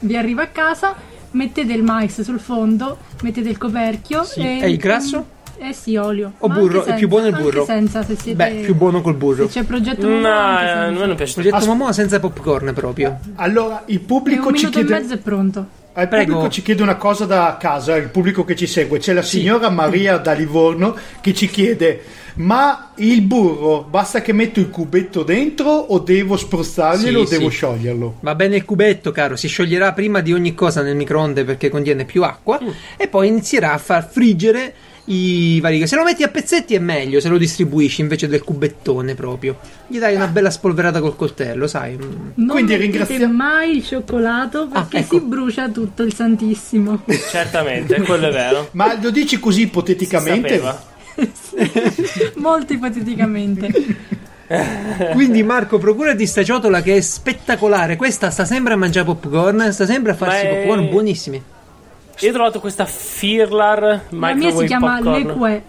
vi arriva a casa, mettete il mais sul fondo, mettete il coperchio Sì. E il grasso? Eh sì, olio. O Ma burro, anche è più buono il senza- burro. Anche senza, se siete... Beh, più buono col burro. Se Il c'è progetto No, Momoa, anche eh, a senza. me non piace. progetto As- Momoa senza popcorn proprio. Allora, il E pubblico un ci minuto e chiede... mezzo è pronto. Al Prego. pubblico ci chiede una cosa da casa, il pubblico che ci segue, c'è la signora Maria da Livorno che ci chiede: Ma il burro basta che metto il cubetto dentro o devo spruzzarglielo Sì, o devo sì. scioglierlo? Va bene il cubetto, caro, si scioglierà prima di ogni cosa nel microonde perché contiene più acqua e poi inizierà a far friggere i vari. Se lo metti a pezzetti è meglio, se lo distribuisci invece del cubettone proprio. Gli dai una bella spolverata col coltello, sai. mm. Non Quindi mettete ringrazia- Ah, mai il cioccolato perché ecco. si brucia tutto il santissimo. Certamente, quello è vero. Ma lo dici così ipoteticamente? Sapeva. Molto ipoteticamente. Quindi Marco, procurati sta ciotola che è spettacolare. Questa sta sempre a mangiare popcorn, sta sempre a farsi Ma è- popcorn buonissimi. Io ho trovato questa Firlar La mia si Microwave chiama Popcorn.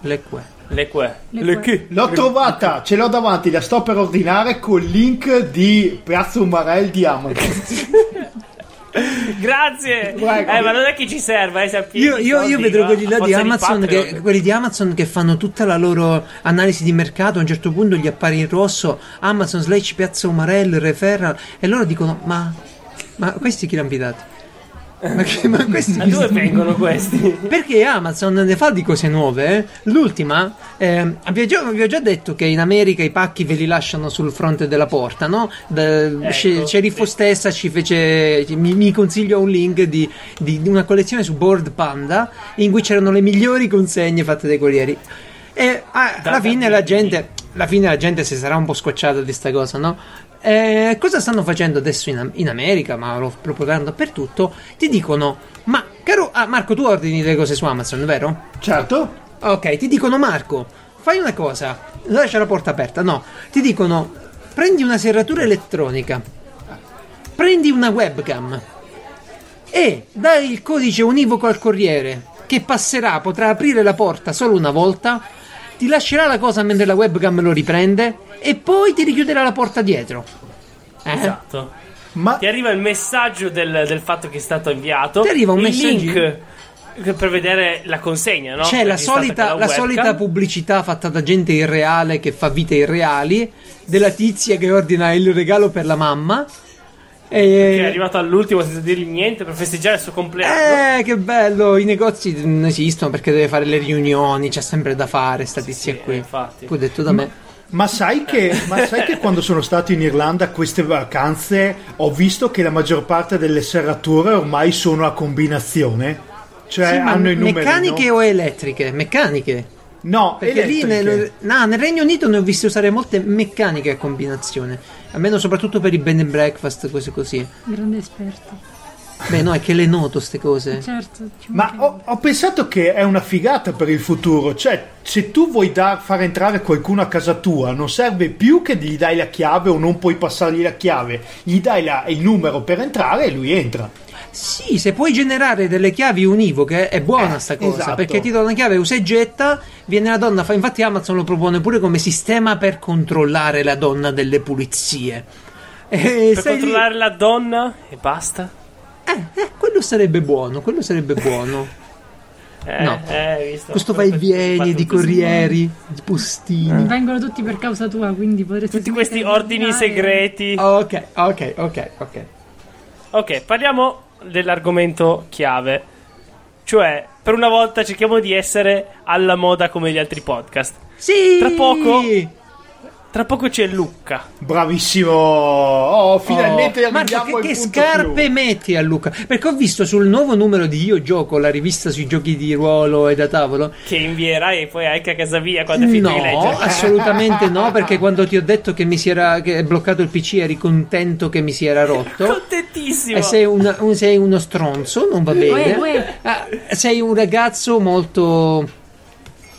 Leque. Le que. Le que. Le que. que. L'ho trovata, ce l'ho davanti, la sto per ordinare col link di Piazza Umarell di Amazon. Grazie. Prego. Eh, ma non è che ci serve, eh, sappiamo. Io, io- io Soldi, vedrò va. quelli là A di forza Amazon, che, Patreon. quelli di Amazon che fanno tutta la loro analisi di mercato. A un certo punto gli appare in rosso Amazon slash Piazza Umarell, Referral, e loro dicono: Ma, ma questi chi l'hanno invitati? Ma, che- ma questi Da chi dove stanno- vengono questi? Perché Amazon ne fa di cose nuove? eh? L'ultima, ehm, vi, ho già, vi ho già detto che in America i pacchi ve li lasciano sul fronte della porta, no? Da- sce- Sceriffo stessa ci fece, mi, mi consiglio un link di, di- di una collezione su Board Panda in cui c'erano le migliori consegne fatte dai corrieri. E ah, alla fine la gente, alla fine la gente si sarà un po' scocciata di sta cosa, no? Eh, cosa stanno facendo adesso in, Am- in America, ma lo propagano dappertutto? Ti dicono, ma caro ah, Marco, tu ordini le cose su Amazon, vero? certo, Ok, ti dicono Marco, fai una cosa, lascia la porta aperta, no, ti dicono prendi una serratura elettronica, prendi una webcam e dai il codice univoco al corriere che passerà, potrà aprire la porta solo una volta, ti lascerà la cosa mentre la webcam lo riprende e poi ti richiuderà la porta dietro. Eh? Esatto. ma Ti arriva il messaggio del, del fatto che è stato inviato. Ti arriva un il messaggino. link che- per vedere la consegna, no? C'è la Registrata solita, con la webcam. solita pubblicità fatta da gente irreale che fa vite irreali, della tizia che ordina il regalo per la mamma. che è E... arrivato all'ultimo senza dirgli niente per festeggiare il suo compleanno. Eh, che bello! I negozi non esistono perché deve fare le riunioni, c'è sempre da fare, sta tizia sì, qui. eh, infatti. Poi detto da me. Ma sai, che, ma sai che quando sono stato in Irlanda queste vacanze ho visto che la maggior parte delle serrature ormai sono a combinazione? Cioè Sì, ma hanno i numeri. meccaniche no? o elettriche? Meccaniche. No, Perché lì elettriche. nel, no, nel Regno Unito ne ho viste usare molte meccaniche a combinazione. Almeno soprattutto per i bed and breakfast, cose così. Grande esperto. Beh, no, è che le noto ste cose. Certo. ci Ma mancherebbe. ho, ho pensato che è una figata per il futuro. Cioè, se tu vuoi dar- far entrare qualcuno a casa tua, non serve più che gli dai la chiave o non puoi passargli la chiave. Gli dai la- il numero per entrare e lui entra. Sì, se puoi generare delle chiavi univoche è Eh, buona sta cosa, esatto. perché ti do una chiave usa e getta, viene la donna, fa, infatti Amazon lo propone pure come sistema per controllare la donna delle pulizie. E Per sei lì- controllare la donna e basta. eh, eh, quello sarebbe buono, quello sarebbe buono. Certo, Eh, No. eh, visto. Questo va e vieni di corrieri, di oh- postini. Vengono tutti per causa tua, quindi potresti... Tutti questi smettere di ordini ordinare. segreti. Ok, ok, ok, ok. Ok, parliamo dell'argomento chiave. Cioè, per una volta cerchiamo di essere alla moda come gli altri podcast. Sì! Tra poco- Tra poco c'è Lucca. Bravissimo! Oh, finalmente Oh, Marco, arriviamo che, al che punto scarpe clou. metti a Luca? Perché ho visto sul nuovo numero di Io Gioco, la rivista sui giochi di ruolo e da tavolo. Che invierai poi anche a casa via quando è finito di No, leggere. assolutamente no, perché quando ti ho detto che mi si era che è bloccato il PC eri contento che mi si era rotto. Contentissimo. E Eh, sei, una- un- sei uno stronzo, non va bene. Uè, uè. Ah, sei un ragazzo molto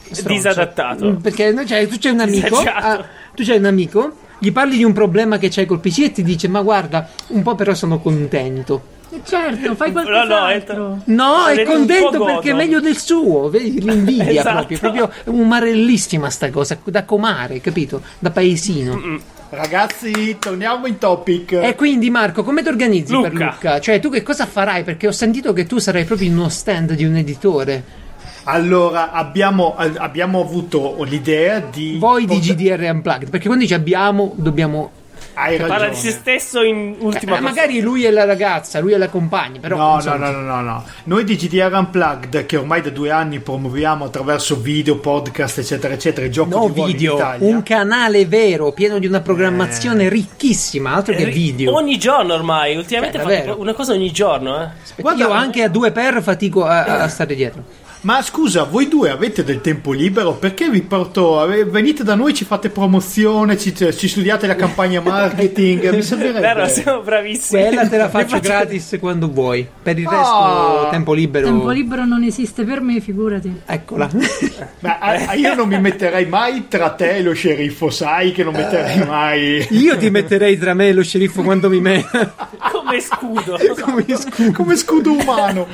stronzo. Disadattato. Esatto. Mm, Perché no, cioè, tu c'hai un amico. Disagiato. ah, tu c'hai un amico, gli parli di un problema che c'hai col PC e ti dice: Ma guarda, un po' però sono contento. Certo, fai No, no, qualcos'altro. è- No, Ho è detto un po' contento godo. perché è meglio del suo, vedi, l'invidia Esatto. Mm, proprio, proprio umarellissima sta cosa, da comare, capito? Da paesino. Ragazzi, torniamo in topic. E quindi Marco, come ti organizzi per Luca. Lucca? Cioè tu che cosa farai? Perché ho sentito che tu sarai proprio in uno stand di un editore. Allora, abbiamo, a- abbiamo avuto l'idea di... Voi di porta- GDR Unplugged, perché quando dici abbiamo, dobbiamo... Hai Parla di ragione. se stesso in ultima Eh, magari lui è la ragazza, lui è la compagna, però... No, no, insomma, no, no, no, no. Noi di GDR Unplugged, che ormai da due anni promuoviamo attraverso video, podcast, eccetera, eccetera, il gioco No di ruolo in video, Italia. Eh. un canale vero, pieno di una programmazione ricchissima, altro che Ri- video. Ogni giorno ormai, ultimamente Cioè, fate davvero. pro- una cosa ogni giorno, eh. Guarda- Io anche a due per fatico a, a stare dietro. Ma scusa, voi due avete del tempo libero? Perché vi porto? eh, Venite da noi, ci fate promozione, ci, ci studiate la campagna marketing. mi servirebbe. Vero, siamo bravissimi. Quella te la faccio faccio- gratis quando vuoi. Per il resto, Oh. tempo libero. Tempo libero non esiste per me, figurati. Eccola. Ma, a- a- io non mi metterei mai tra te e lo sceriffo, sai che non metterei mai. Io ti metterei tra me e lo sceriffo quando mi me. Come scudo. come scudo, umano.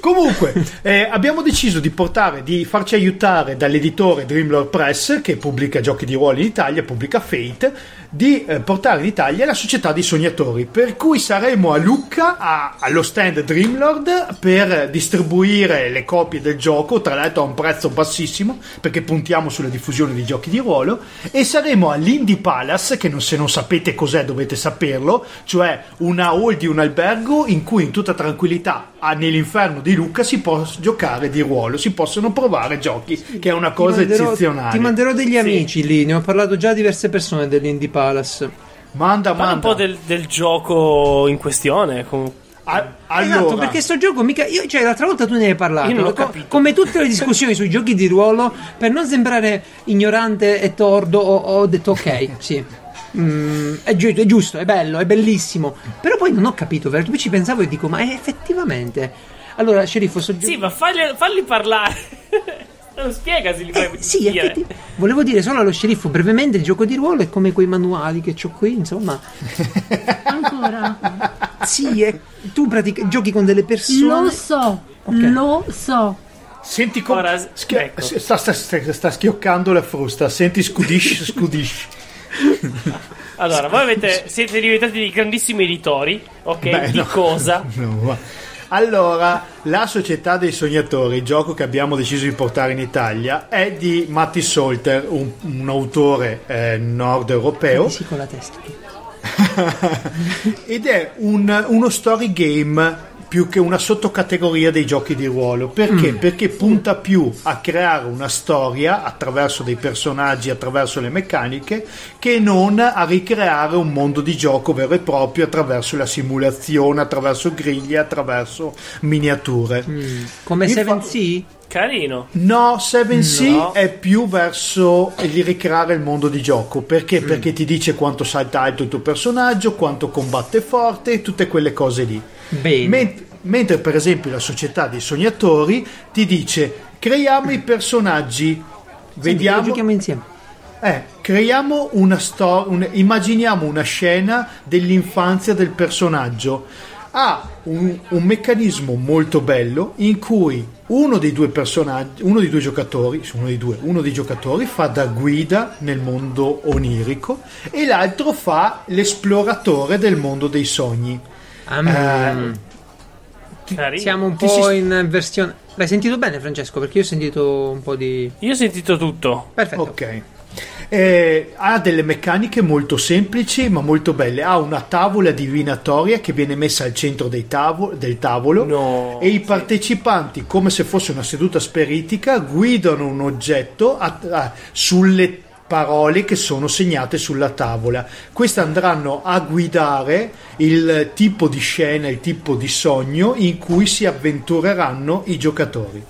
Comunque, eh, abbiamo deciso di portare, di farci aiutare dall'editore Dreamlord Press, che pubblica giochi di ruolo in Italia, pubblica Fate, di eh, portare in Italia la società dei sognatori. Per cui saremo a Lucca, a- allo stand Dreamlord, per distribuire le copie del gioco, tra l'altro a un prezzo bassissimo, perché puntiamo sulla diffusione di giochi di ruolo, e saremo all'Indie Palace, che non- se non sapete cos'è dovete saperlo, cioè una hall di un albergo in cui in tutta tranquillità a- nell'inferno di Lucca si può giocare di ruolo, si possono provare giochi, che è una cosa Ti manderò- eccezionale. Ti manderò degli amici lì, ne ho parlato già a diverse persone dell'Indie Palace. manda, Parla manda. un po' del, del gioco in questione. com- A- allora, Esatto, perché sto gioco mica. Io, cioè, l'altra volta tu ne hai parlato. Io non l'ho Co- capito. come tutte le discussioni sui giochi di ruolo, per non sembrare ignorante e tordo, ho, ho detto ok, sì. Mm, è, giu- è giusto, è bello, è bellissimo. Però poi non ho capito, vero? Poi ci pensavo e dico, ma eh, effettivamente. Allora, sceriffo, sto gioco. Sì, ma falli, falli parlare. Non spiegasi li Eh, puoi sì, dire. effetti- volevo dire solo allo sceriffo brevemente: il gioco di ruolo è come quei manuali che ho qui, insomma. Ancora? Sì, è- tu pratica- giochi con delle persone. Lo so, Ok. lo so. Senti come Ora, ecco. sta, sta- sta- sta schioccando la frusta. Senti scudish, scudish. Allora, voi avete, siete diventati dei grandissimi editori, ok? Beh, di no. cosa? No, va. Allora, la Società dei Sognatori, il gioco che abbiamo deciso di portare in Italia, è di Matti Solter, un, un autore eh, nord europeo. Sì, con la testa. Ed è un- uno story game più che una sottocategoria dei giochi di ruolo. Perché? Perché punta più a creare una storia attraverso dei personaggi, attraverso le meccaniche, che non a ricreare un mondo di gioco vero e proprio attraverso la simulazione, attraverso griglie, attraverso miniature. Come Mi Seven fa- Sea? Carino. No, 7C No. è più verso il ricreare il mondo di gioco. Perché? Mm. Perché ti dice quanto salta alto il tuo personaggio, quanto combatte forte, tutte quelle cose lì. Bene. Ment- mentre per esempio la società dei sognatori ti dice creiamo i personaggi, Lo vediamo... giochiamo insieme. Eh, creiamo una storia, immaginiamo una scena dell'infanzia del personaggio. Ha un, un meccanismo molto bello in cui uno dei due personaggi, uno dei due giocatori, sì, uno dei due, uno dei giocatori fa da guida nel mondo onirico e l'altro fa l'esploratore del mondo dei sogni. Ehm, Carino. siamo un Eh, ti po' si- in versione. L'hai sentito bene, Francesco? Perché io ho sentito un po' di. Io ho sentito tutto. Perfetto. Ok. Eh, ha delle meccaniche molto semplici ma molto belle. Ha una tavola divinatoria che viene messa al centro dei tavo- del tavolo No. e i partecipanti, come se fosse una seduta spiritica, guidano un oggetto a- a- sulle parole che sono segnate sulla tavola. Queste andranno a guidare il tipo di scena, il tipo di sogno in cui si avventureranno i giocatori.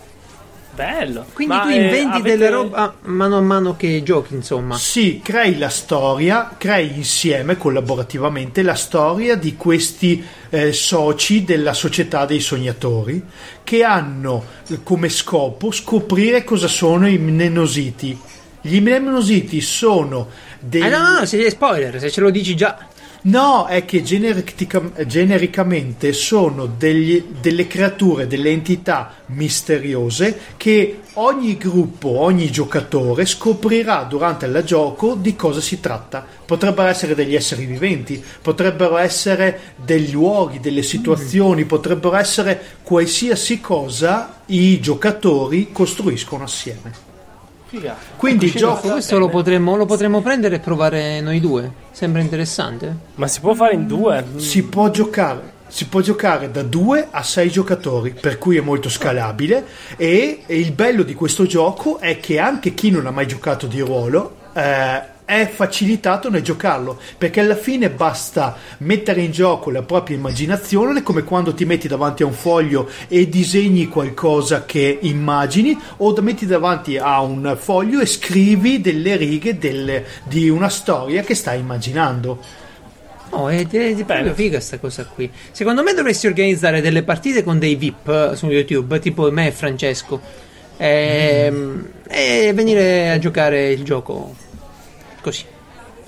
Bello. Quindi Ma, tu eh, inventi avete- delle robe ah, mano a mano che giochi, insomma. Sì, crei la storia, crei insieme collaborativamente la storia di questi eh, soci della società dei sognatori che hanno eh, come scopo scoprire cosa sono i mnenositi. Gli mnenositi sono dei... Ah, no, no, no, se spoiler, se ce lo dici già. No, è che generic- genericamente sono degli- delle creature, delle entità misteriose che ogni gruppo, ogni giocatore scoprirà durante il gioco di cosa si tratta. Potrebbero essere degli esseri viventi, potrebbero essere dei luoghi, delle situazioni, potrebbero essere qualsiasi cosa i giocatori costruiscono assieme. Quindi il gioco Questo lo potremmo, lo potremmo prendere e provare noi due. Sembra interessante. Ma si può fare in Mm. due? Si può giocare. Si può giocare da 2 a 6 giocatori, per cui è molto scalabile. E, e il bello di questo gioco è che anche chi non ha mai giocato di ruolo eh, è facilitato nel giocarlo, perché alla fine basta mettere in gioco la propria immaginazione, come quando ti metti davanti a un foglio e disegni qualcosa che immagini, o da- metti davanti a un foglio e scrivi delle righe delle- di una storia che stai immaginando. No, è, è- è proprio figa sta cosa qui. Secondo me dovresti organizzare delle partite con dei VIP eh, su YouTube, tipo me e Francesco. E, e venire a giocare il gioco così.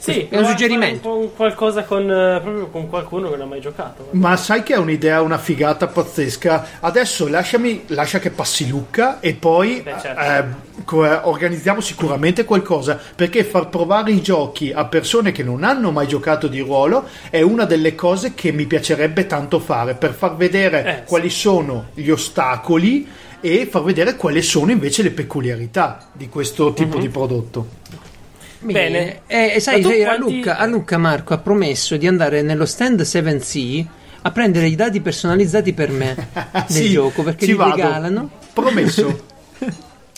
Sì, È un suggerimento. Con qualcosa con, eh, proprio con qualcuno che non ha mai giocato. Ma sai che è un'idea, una figata pazzesca? Adesso lasciami, lascia che passi Lucca e poi Beh, certo. eh, co- eh, organizziamo sicuramente qualcosa, perché far provare i giochi a persone che non hanno mai giocato di ruolo è una delle cose che mi piacerebbe tanto fare, per far vedere Eh, quali sono gli ostacoli e far vedere quali sono invece le peculiarità di questo tipo Mhm. di prodotto. Bene. E, e eh, sai, Ma tu sai, a, quanti- Lucca, a Lucca Marco ha promesso di andare nello stand 7C a prendere i dati personalizzati per me del Sì, gioco perché ci li vado. regalano. Promesso.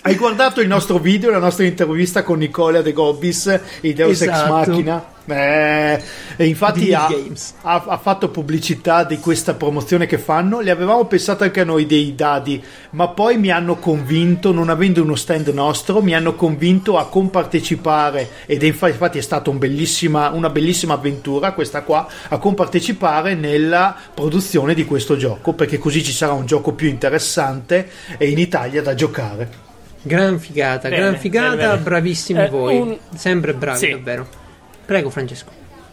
Hai guardato il nostro video, la nostra intervista con Nicola De Gobbis, il Deus Esatto. Ex Machina? Eh, e infatti Video ha, games. ha- ha fatto pubblicità di questa promozione che fanno. Le avevamo pensato anche a noi dei dadi, ma poi mi hanno convinto, non avendo uno stand nostro, mi hanno convinto a compartecipare. Ed è infa- infatti è stata un bellissima- una bellissima avventura questa qua, a compartecipare nella produzione di questo gioco, perché così ci sarà un gioco più interessante e in Italia da giocare. Gran figata, Bene, gran figata, bene, bene. bravissimi Eh, voi. un- Sempre bravi, Sì. davvero. Prego, Francesco.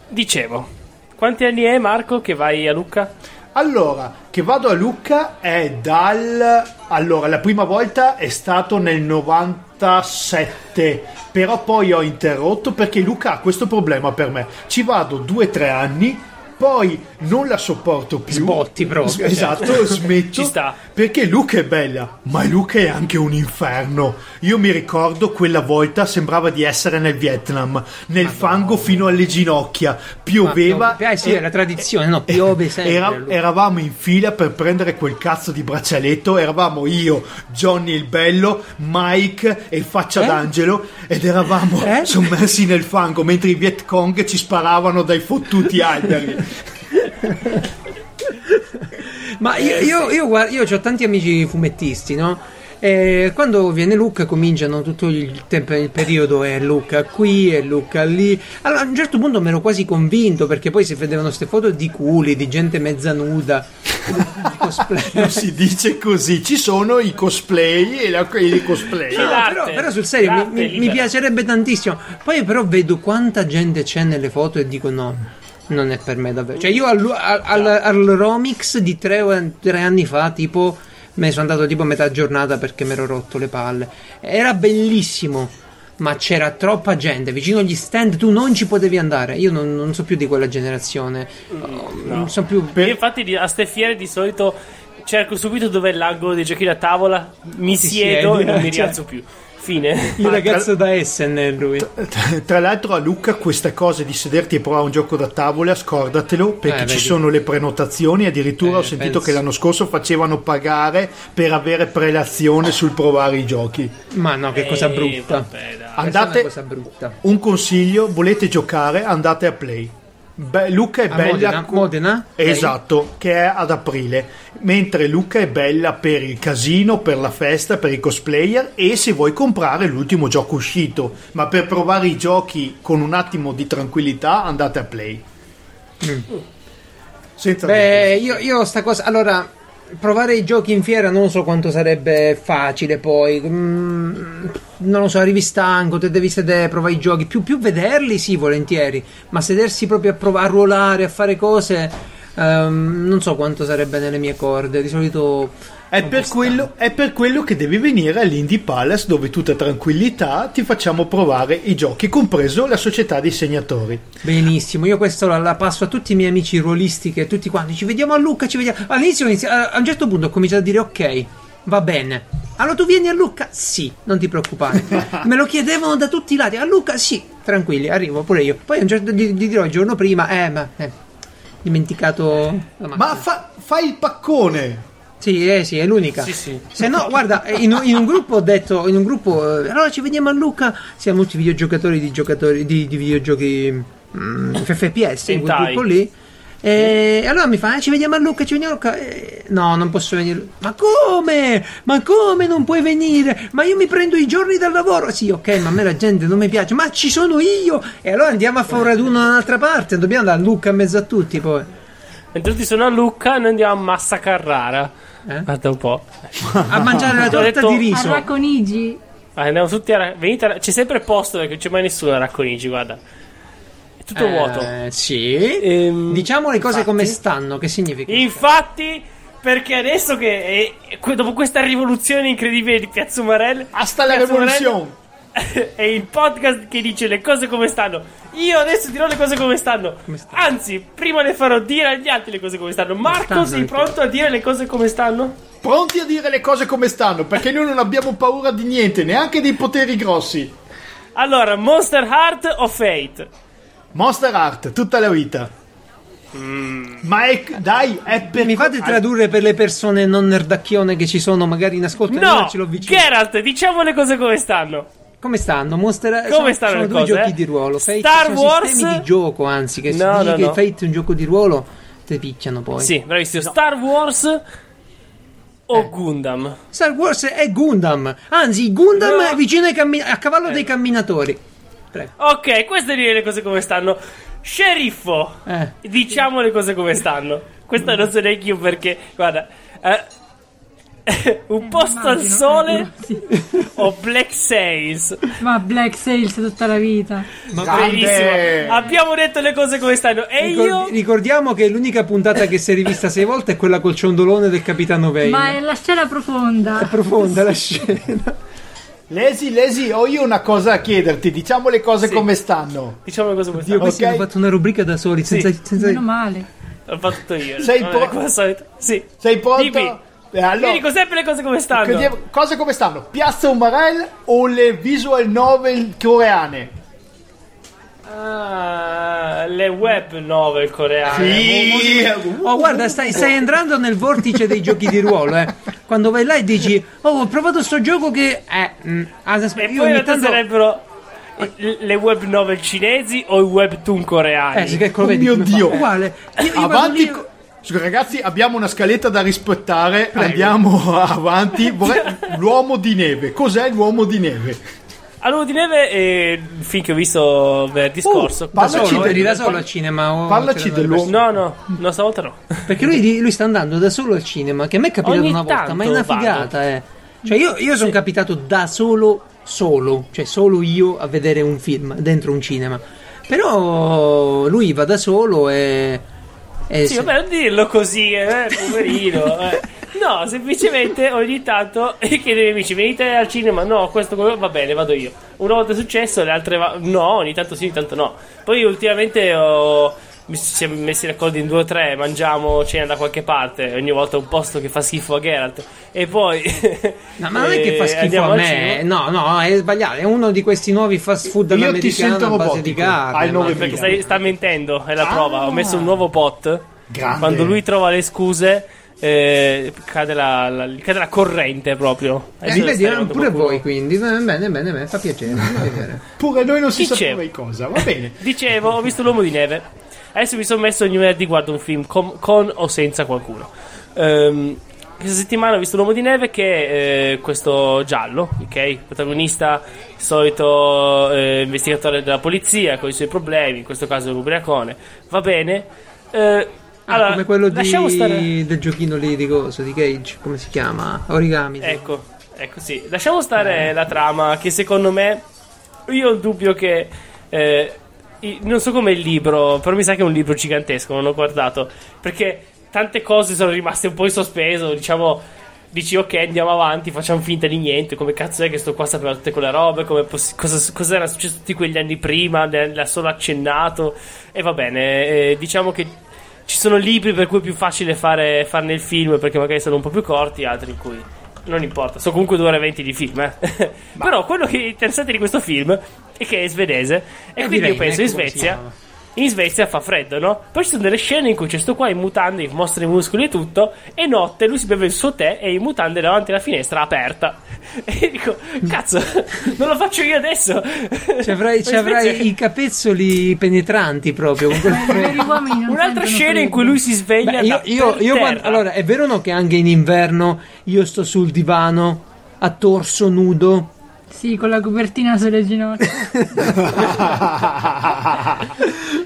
Dicevo. Quanti anni è Marco che vai a Lucca? Allora, che vado a Lucca è dal... Allora, la prima volta è stato nel 97, però poi ho interrotto perché Lucca ha questo problema per me. Ci vado 2-3 anni, poi non la sopporto più. Sbotti proprio, S- Esatto, smetto. Ci sta. Perché Lucca è bella, ma Lucca è anche un inferno. Io mi ricordo quella volta sembrava di essere nel Vietnam, nel fango fino alle ginocchia, pioveva... Ah, sì, e- è la tradizione, no, piove sempre. era- Luca. eravamo in fila per prendere quel cazzo di braccialetto. Eravamo io, Johnny il bello, Mike e faccia Eh? d'angelo. Ed eravamo Eh? sommersi nel fango mentre i Viet Cong ci sparavano dai fottuti alberi. Ma io, io, io, guarda- io ho tanti amici fumettisti, no? E quando viene Luca cominciano tutto il, tempo, il periodo è Luca qui, è Luca lì. Allora a un certo punto mi ero quasi convinto perché poi si vedevano queste foto di culi, di gente mezza nuda, di- di cosplay. non si dice così. Ci sono i cosplay e la- i cosplay. No, L'arte, però, però sul serio mi- l'arte mi, mi libera. piacerebbe tantissimo. Poi però vedo quanta gente c'è nelle foto e dico no, non è per me davvero. Cioè io al, al- al- al Romix di tre, o- tre anni fa tipo me ne sono andato tipo a metà giornata perché mi ero rotto le palle. Era bellissimo, ma c'era troppa gente vicino agli stand, tu non ci potevi andare. Io non, non so più di quella generazione. Mm, Oh, Non so più... Io infatti di- a ste fiere di solito cerco subito dove è l'angolo dei giochi da tavola, mi Si siedo siedi, e non mi cioè. rialzo più. Fine. Il ragazzo da Essen è lui. Tra l'altro a Lucca questa cosa di sederti e provare un gioco da tavola, scordatelo, perché Eh, ci vedi. sono le prenotazioni, addirittura Eh, ho sentito penso. che l'anno scorso facevano pagare per avere prelazione sul provare i giochi. Ma no, che cosa Eh, brutta. vabbè, dai. Questa è una Andate- cosa brutta. Un consiglio, volete giocare, andate a Play. Be- Lucca è A bella... Modena, co- Modena? Esatto, che è ad aprile, mentre Lucca è bella per il casino, per la festa, per i cosplayer e se vuoi comprare l'ultimo gioco uscito, ma per provare i giochi con un attimo di tranquillità Mm. andate a play. Senza Beh, io, io sta cosa. Allora, provare i giochi in fiera non so quanto sarebbe facile poi. Mm, non lo so, arrivi stanco, te devi sedere, provare i giochi. Più, più vederli, sì, volentieri. Ma sedersi proprio a provare a ruolare, a fare cose. ehm, non so quanto sarebbe nelle mie corde. Di solito. È un po' per, stanco. quello, è per quello che devi venire all'Indie Palace dove tutta tranquillità ti facciamo provare i giochi, compreso la società dei segnatori. Benissimo, io questo la, la passo a tutti i miei amici ruolisti che tutti quanti ci vediamo a Lucca, ci vediamo. All'inizio ho inizi- a, a un certo punto ho cominciato a dire ok, va bene. Allora tu vieni a Lucca? Sì, non ti preoccupare. Me lo chiedevano da tutti i lati. A Lucca? Sì, tranquilli, arrivo pure io. Poi a un certo gli, gli dirò il giorno prima, eh, ma eh, dimenticato la macchina. Ma fa- fai il paccone! Sì, eh, sì, è l'unica. Sì, sì. Se no, guarda, in, un- in un gruppo ho detto, in un gruppo, eh, allora ci vediamo a Lucca, siamo tutti videogiocatori di, giocatori, di, di videogiochi mm, FPS, in quel Sentai. gruppo lì. E allora mi fa, eh, ci vediamo a Lucca, ci vediamo a Lucca. Eh, no, non posso venire. Ma come? Ma come non puoi venire? Ma io mi prendo i giorni dal lavoro. Sì, ok, ma a me la gente non mi piace, ma ci sono io. E allora andiamo a fare un raduno da un'altra parte, dobbiamo andare a Lucca in mezzo a tutti poi. Entrati sono a Lucca e noi andiamo a Massa Carrara. Eh? Guarda un po'. A mangiare la Ho torta detto- di A riso. Raconigi. Ah, andiamo tutti a. Ra- venite a- C'è sempre posto perché non c'è mai nessuno a Racconigi, guarda. È tutto Eh, vuoto. Sì. Ehm, diciamo le cose infatti- come stanno, che significa? Infatti, perché adesso che. eh, que- dopo questa rivoluzione incredibile di Piazza Umarell. Hasta la Piazza Umarell rivoluzione! è il podcast che dice le cose come stanno. Io adesso dirò le cose come stanno. stanno? Anzi, prima le farò dire agli altri le cose come stanno. Marco, stanno sei le pronto a dire le cose come stanno? Pronti a dire le cose come stanno, perché noi non abbiamo paura di niente, neanche dei poteri grossi. Allora, Monster Heart o Fate? Cioè, Monster Art, tutta la vita. Ma è, dai, è per... Mi fate tradurre per le persone non nerdacchione che ci sono magari in ascolto? e No, non ce l'ho vicino. Geralt, diciamo le cose come stanno. Come stanno? Monster Come sono, stanno sono le due cose, giochi eh? di ruolo. Fate Star sono Wars- sistemi di gioco, anzi, che No, se no, dici no. che Fate è un gioco di ruolo, te picchiano poi. Sì, bravissimo. Star Wars o Eh. Gundam? Star Wars è Gundam. Anzi, Gundam No. Eh. è vicino ai cammi- a cavallo dei camminatori. Prego. Ok, queste dire le cose come stanno. Sceriffo, Eh. diciamo le cose come stanno. Questa non so neanche io perché, guarda, eh, un posto al Immagino. sole Sì. o Black Sails. Ma Black Sales tutta la vita. Bellissimo. Abbiamo detto le cose come stanno. E Ricor- io... Ricordiamo che l'unica puntata che si è rivista sei volte è quella col ciondolone del capitano Vane. Ma è la scena profonda. profonda la scena. Lesi, Lesi, ho io una cosa a chiederti, diciamo le cose come stanno. Diciamo le cose come Io stanno. questi Ok. hanno fatto una rubrica da soli, senza, senza- Meno male. L'ho fatto tutto io. Sei Vabbè, pro- come al solito. Sì. Sei pronto? Dimmi. Eh, allora- Io dico sempre le cose come stanno. Crediamo- Cose come stanno? Piazza Umarell o le visual novel coreane? Ah, le web novel coreane. Oh, guarda, stai, stai entrando nel vortice dei giochi di ruolo, eh. Quando vai là e dici, oh, ho provato sto gioco che... Eh, mm, ah, aspe- E poi io in ogni realtà tanto... sarebbero le le web novel cinesi o i webtoon coreani. Eh, sì, che ecco, lo Oh vedi mio come fa? Dio. Uguale. Io, io vado Avanti. lì- co- Scusa, Ragazzi, abbiamo una scaletta da rispettare. Andiamo avanti. Vorrei- L'uomo di neve. Cos'è l'uomo di neve? All'uomo di neve è il film che ho visto Oh, venerdì scorso. Da parlaci solo, eh. del- eri da solo al cinema. oh, o Parlaci c'erano dell'uomo- persone? No, no, no, stavolta no. Perché lui, lui sta andando da solo al cinema, che a me è capitato Ogni una volta, tanto ma è una vado. figata, eh. Cioè, io, io sono capitato da solo, solo, cioè solo io a vedere un film dentro un cinema. Però lui va da solo e. e Sì, se- vabbè, non dirlo così, eh, poverino. eh. No, semplicemente ogni tanto chiedo ai miei amici, venite al cinema? No, questo quello- va bene, vado io. Una volta è successo, le altre va- no, ogni tanto sì, ogni tanto no. Poi ultimamente ho- mi- ci siamo messi d'accordo in due o tre, mangiamo cena da qualche parte, ogni volta un posto che fa schifo a Geralt. E poi... No, ma non è che fa eh, schifo andiamo a al me, cinema. no, no, è sbagliato. È uno di questi nuovi fast food Io ti all'americano sento a base di robotico. carne. Hai ma- nove Perché Via. stai- sta mentendo, è la Ah. prova. Ho messo un nuovo pot. Grande. Quando lui trova le scuse, eh, cade, la, la- gli cade la corrente proprio. Eh, Adesso vedi, stai eh, andando pure qualcuno. voi, quindi. Bene, bene, bene, bene, fa piacere. fa piacere. Pure noi non si Chi c'è? sapeva di cosa. Va bene. Dicevo, ho visto l'uomo di neve. Adesso mi sono messo ogni venerdì guardo un film com- con o senza qualcuno. Ehm, questa settimana ho visto l'uomo di neve che è eh, questo giallo, ok? Protagonista, solito eh, investigatore della polizia con i suoi problemi, in questo caso è un ubriacone. Va bene. Eh, Allora, Ah, come quello lasciamo di, stare- del giochino lì di coso di Cage, come si chiama? Origami. Ecco, ecco sì. Lasciamo stare la trama che secondo me io ho il dubbio che eh, i- non so come il libro, però mi sa che è un libro gigantesco, non ho guardato, perché tante cose sono rimaste un po' in sospeso, diciamo Dici ok andiamo avanti, facciamo finta di niente, come cazzo è che sto qua sapeva tutte quelle robe, come poss- cosa, cosa era successo tutti quegli anni prima, ne- l'ha solo accennato e va bene, eh, diciamo che ci sono libri per cui è più facile fare, farne il film perché magari sono un po' più corti, altri in cui non importa. Sono comunque 2 ore e 20 di film. Eh. Però quello che è interessante di questo film è che è svedese e Eh, quindi direi, io penso in ecco come si Svezia. chiama. In Svezia fa freddo, no? Poi ci sono delle scene in cui c'è sto qua in mutande, che mostra i muscoli e tutto, e notte lui si beve il suo tè e in mutande davanti alla finestra aperta. E dico, cazzo, non lo faccio io adesso. Ci avrai, ci Ma in Svezia- avrai i capezzoli penetranti proprio. con quel Ma i veri uomini non Un'altra sentono scena in freddo. cui lui si sveglia Beh, io, da io- per io terra. quando- allora, è vero o no che anche in inverno io sto sul divano a torso nudo? Sì, con la copertina sulle ginocchia.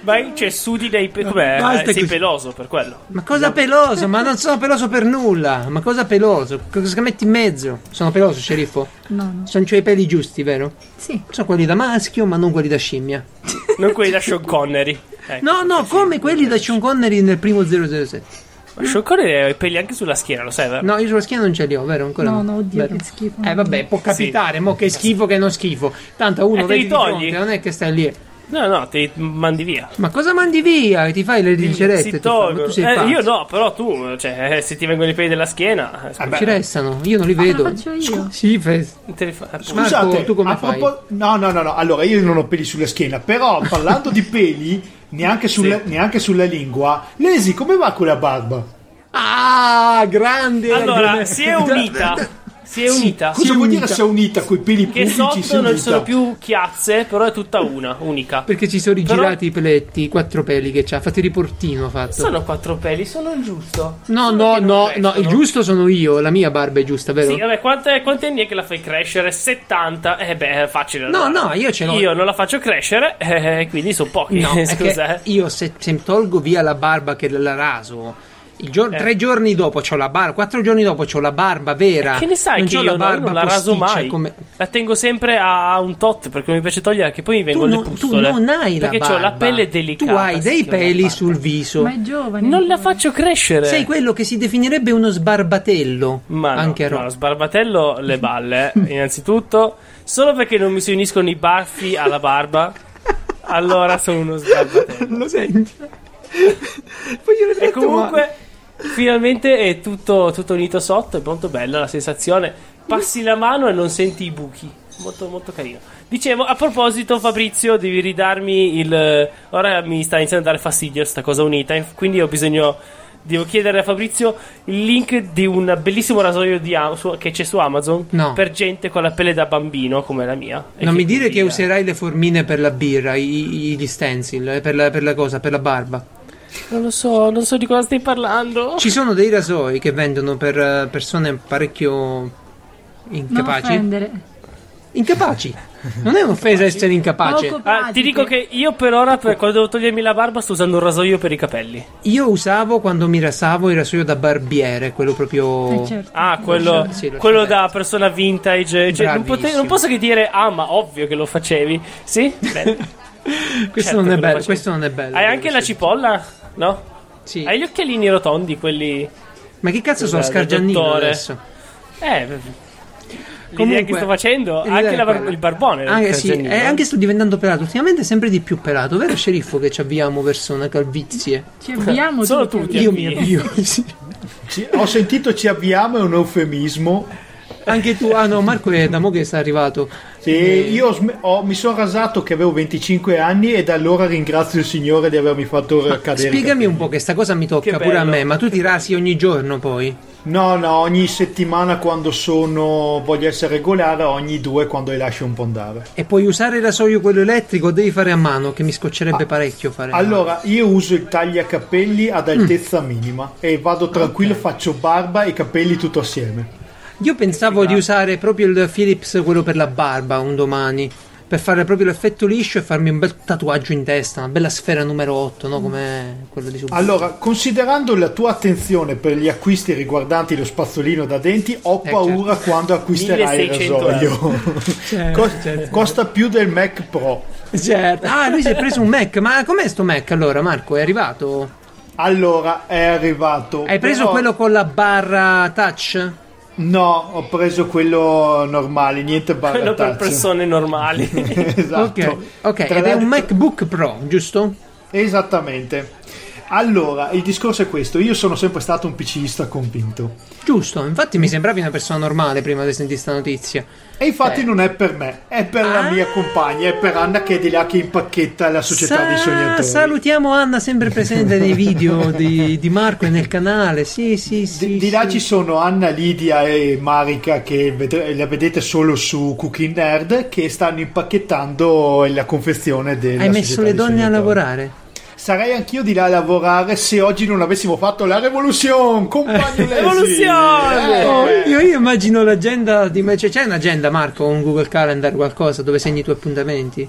Vai, cioè, sudi dei pe- com'è? Basta Sei così. peloso per quello. Ma cosa peloso? Ma non sono peloso per nulla. Ma cosa peloso? Cosa metti in mezzo? Sono peloso, sceriffo. No, no. Sono cioè i peli giusti, vero? Sì. Sono quelli da maschio, ma non quelli da scimmia. Non quelli da Sean Connery. Ecco. No, no, come quelli da Sean Connery nel primo 007. Ma Sean Connery ha i peli anche sulla schiena, lo sai, vero? No, io sulla schiena non ce li ho, vero? Ancora No, no, oddio, Vero. che schifo. Eh, vabbè, può capitare, mo che schifo che non schifo. Tanto Eh, uno te vedi li di togli? fronte, non è che stai lì. No, no, ti mandi via. Ma cosa mandi via? Ti fai le Si ricerette? ti fai- ma tolgono. tu sei Eh, pazzo. io no, però tu, cioè, eh, se ti vengono i peli della schiena, eh, Ci restano, io non li Ah, Ma lo vedo. faccio io. Sì, fe- te li fa- eh, appunto. Scusate, Marco, tu come a fai? propos- no, no, no, no. Allora, io non ho peli sulla schiena, però parlando di peli, neanche, sulla- neanche sulla lingua, Lesi, come va con la barba? Ah, grande! Allora, si è unita. Si è unita. Cosa Si è vuol unita. dire se è unita coi peli Che pubblici? si è sotto non ci unita? sono più chiazze, però è tutta una, unica. Perché ci sono Però- rigirati i peletti, i quattro peli che c'ha, fate riportino ha fatto. Sono quattro peli, sono il giusto. No, Solo no, che non no, no, crescono. il giusto sono io, la mia barba è giusta, vero? Sì, vabbè, quante, quanti anni è che la fai crescere? 70? Eh beh, è facile. No, allora. no, io ce l'ho. Io non la faccio crescere, eh, quindi sono pochi. No, è scusa. che eh. io se, se tolgo via la barba che la raso, il gior- Eh. tre giorni dopo c'ho la barba, quattro giorni dopo c'ho la barba vera. Che ne sai non che c'ho io no? la Io barba non la raso posticcia mai. come- La tengo sempre a un tot perché non mi piace togliere, che poi mi Tu, vengono le non, tu pustole. non hai la perché barba. ho la pelle delicata. Tu hai sì, dei che ho la peli barba. sul viso. Ma è giovane. Non ancora. la faccio crescere. Sei quello che si definirebbe uno sbarbatello. Ma no, anche a no, Roma. sbarbatello le balle, eh, innanzitutto. Solo perché non mi si uniscono i baffi alla barba. Allora sono uno sbarbatello. Lo senti? Poi glielo E tratto male. comunque, finalmente è tutto, tutto unito sotto. È molto bella la sensazione. Passi la mano e non senti i buchi. Molto, molto carino. Dicevo, a proposito, Fabrizio, devi ridarmi il. Ora mi sta iniziando a dare fastidio sta cosa unita. inf- Quindi ho bisogno. Devo chiedere a Fabrizio il link di un bellissimo rasoio di Am- su- che c'è su Amazon No. per gente con la pelle da bambino come la mia. E Non mi dire quindi, che eh, userai le formine per la birra, i- i- gli stencil, eh, per la, per la cosa, per la barba. Non lo so, non so di cosa stai parlando. Ci sono dei rasoi che vendono per eh, persone parecchio Non incapaci. offendere. incapaci. Non è un'offesa essere incapace. Poco Ah, ti dico che io per ora, per- quando devo togliermi la barba, sto usando un rasoio per i capelli. Io usavo quando mi rasavo il rasoio da barbiere, quello proprio. Eh, certo. Ah, quello, Sì, lo quello scialetto. da persona vintage. Cioè, non, Bravissimo. pote- non posso che dire, ah, ma ovvio che lo facevi. Sì? Bene. Questo Certo non che è lo bello, facevi. questo non è bello. Hai anche la cipolla? No? Sì. Hai gli occhialini rotondi, quelli. Ma che cazzo sono Scusa, scargiannino dottore. adesso? Eh. beh, L'idea che Comunque- sto facendo, l'idea anche è la bar- quella. il barbone. Anche, sì, eh. Giannino. e anche sto diventando pelato. Ultimamente sempre di più pelato, vero sceriffo che ci avviamo verso una calvizie? Ci abbiamo Solo tutti. tutti. Ti Io mi avvii. avvio. sì. Ci- ho sentito ci avviamo, è un eufemismo. Anche tu, ah no, Marco è da mo che sta arrivato. Sì, io ho sm- ho- mi sono rasato che avevo 25 anni e da allora ringrazio il Signore di avermi fatto cadere. Spiegami un po' che sta cosa mi tocca Che pure a bello. me, ma tu ti rasi ogni giorno poi? No, no, ogni settimana quando sono voglio essere regolare, ogni due quando li lascio un po' andare. E puoi usare il rasoio quello elettrico o devi fare a mano, che mi scoccerebbe parecchio fare a mano. Ah, Allora, io uso il tagliacapelli ad altezza minima e vado tranquillo, faccio barba e capelli tutto assieme. eh, Io pensavo di usare proprio il Philips, quello per la barba, un domani. per fare proprio l'effetto liscio e farmi un bel tatuaggio in testa, una bella sfera numero 8, no? Come quello di Super. Allora, considerando la tua attenzione per gli acquisti riguardanti lo spazzolino da denti, ho Eh, paura certo. quando acquisterai il 1600 rasoio. Co- Costa più del Mac Pro. Certo. Ah, lui si è preso un Mac, ma com'è sto Mac allora, Marco? È arrivato? Allora, è arrivato. Hai preso però- quello con la barra touch? No, ho preso quello normale, niente barra Quello per touch. persone normali. esatto. Ok, ok, Tra ed è un l'altro- MacBook Pro, giusto? Esattamente. Allora, il discorso è questo. Io sono sempre stato un PCista convinto. Giusto, infatti mi sembravi una persona normale prima di sentire sta notizia. E infatti Eh. Ah. non è per me, è per la mia compagna, è per Anna che è di là che impacchetta la società Sa- dei sognatori. Salutiamo Anna, sempre presente nei video di, di Marco e nel canale. Sì, sì, sì. Di, di là sì. ci sono Anna, Lidia e Marica che ved- la vedete solo su Cooking Nerd che stanno impacchettando la confezione della Hai messo società le dei donne a sognatori. lavorare. Sarei anch'io di là a lavorare se oggi non avessimo fatto la rivoluzione, compagno Lesi. Rivoluzione! Eh. Eh. Oh, io, io immagino l'agenda di me. Cioè, c'è un'agenda, Marco, un Google Calendar, qualcosa dove segni i tuoi appuntamenti?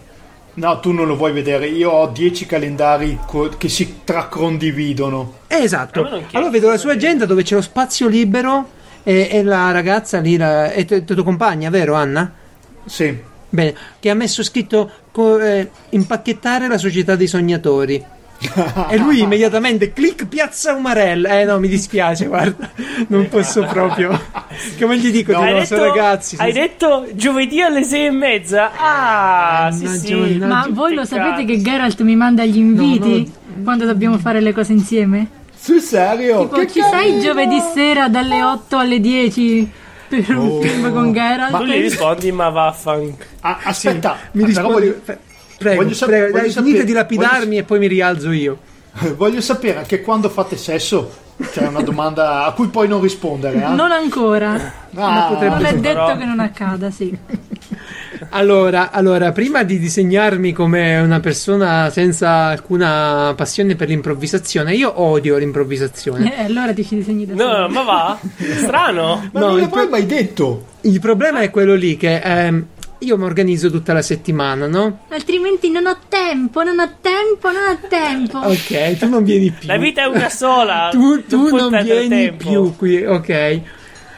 No, tu non lo vuoi vedere, io ho 10 calendari co- che si tracondividono. Eh, A esatto. me non chiedo. Allora vedo la sua agenda dove c'è lo spazio libero e, e la ragazza lì, la, è t- tua compagna, vero Anna? Sì. Bene, che ha messo scritto co- eh, impacchettare la società dei sognatori. e lui immediatamente clic piazza Umarella. Eh no, mi dispiace, guarda, non posso proprio. Come gli dico di Hai no, sono detto- ragazzi. hai detto giovedì alle sei e mezza. Ah, sì, Mannaggia, sì. mannaggia. Ma Oggi voi lo peccato. sapete che Geralt mi manda gli inviti quando dobbiamo fare le cose insieme? Sul serio? Tipo, che ci sei carino! giovedì sera dalle 8 alle 10 per un film con Geralt? Tu gli rispondi, ma vaffanculo. Ah, aspetta, mi però rispondi. voglio- fe- Prego, voglio sap- prego, voglio dai, sapere- finite di lapidarmi voglio e poi mi rialzo io. Voglio sapere anche quando fate sesso. C'è una domanda a cui poi non rispondere. eh? Non ancora. Ah, potrebbe- Non è però- detto che non accada, sì. Allora, allora, prima di disegnarmi come una persona senza alcuna passione per l'improvvisazione, io odio l'improvvisazione. Eh, allora ti ci disegni da No, solo. ma va? Strano. ma no, non il l'avrei mai detto. Il problema è quello lì che ehm, io mi organizzo tutta la settimana, no? Altrimenti non ho tempo, non ho tempo, non ho tempo. Ok, tu non vieni più. Oh. La vita è una sola. tu, tu puoi non perdere vieni tempo. più qui, ok?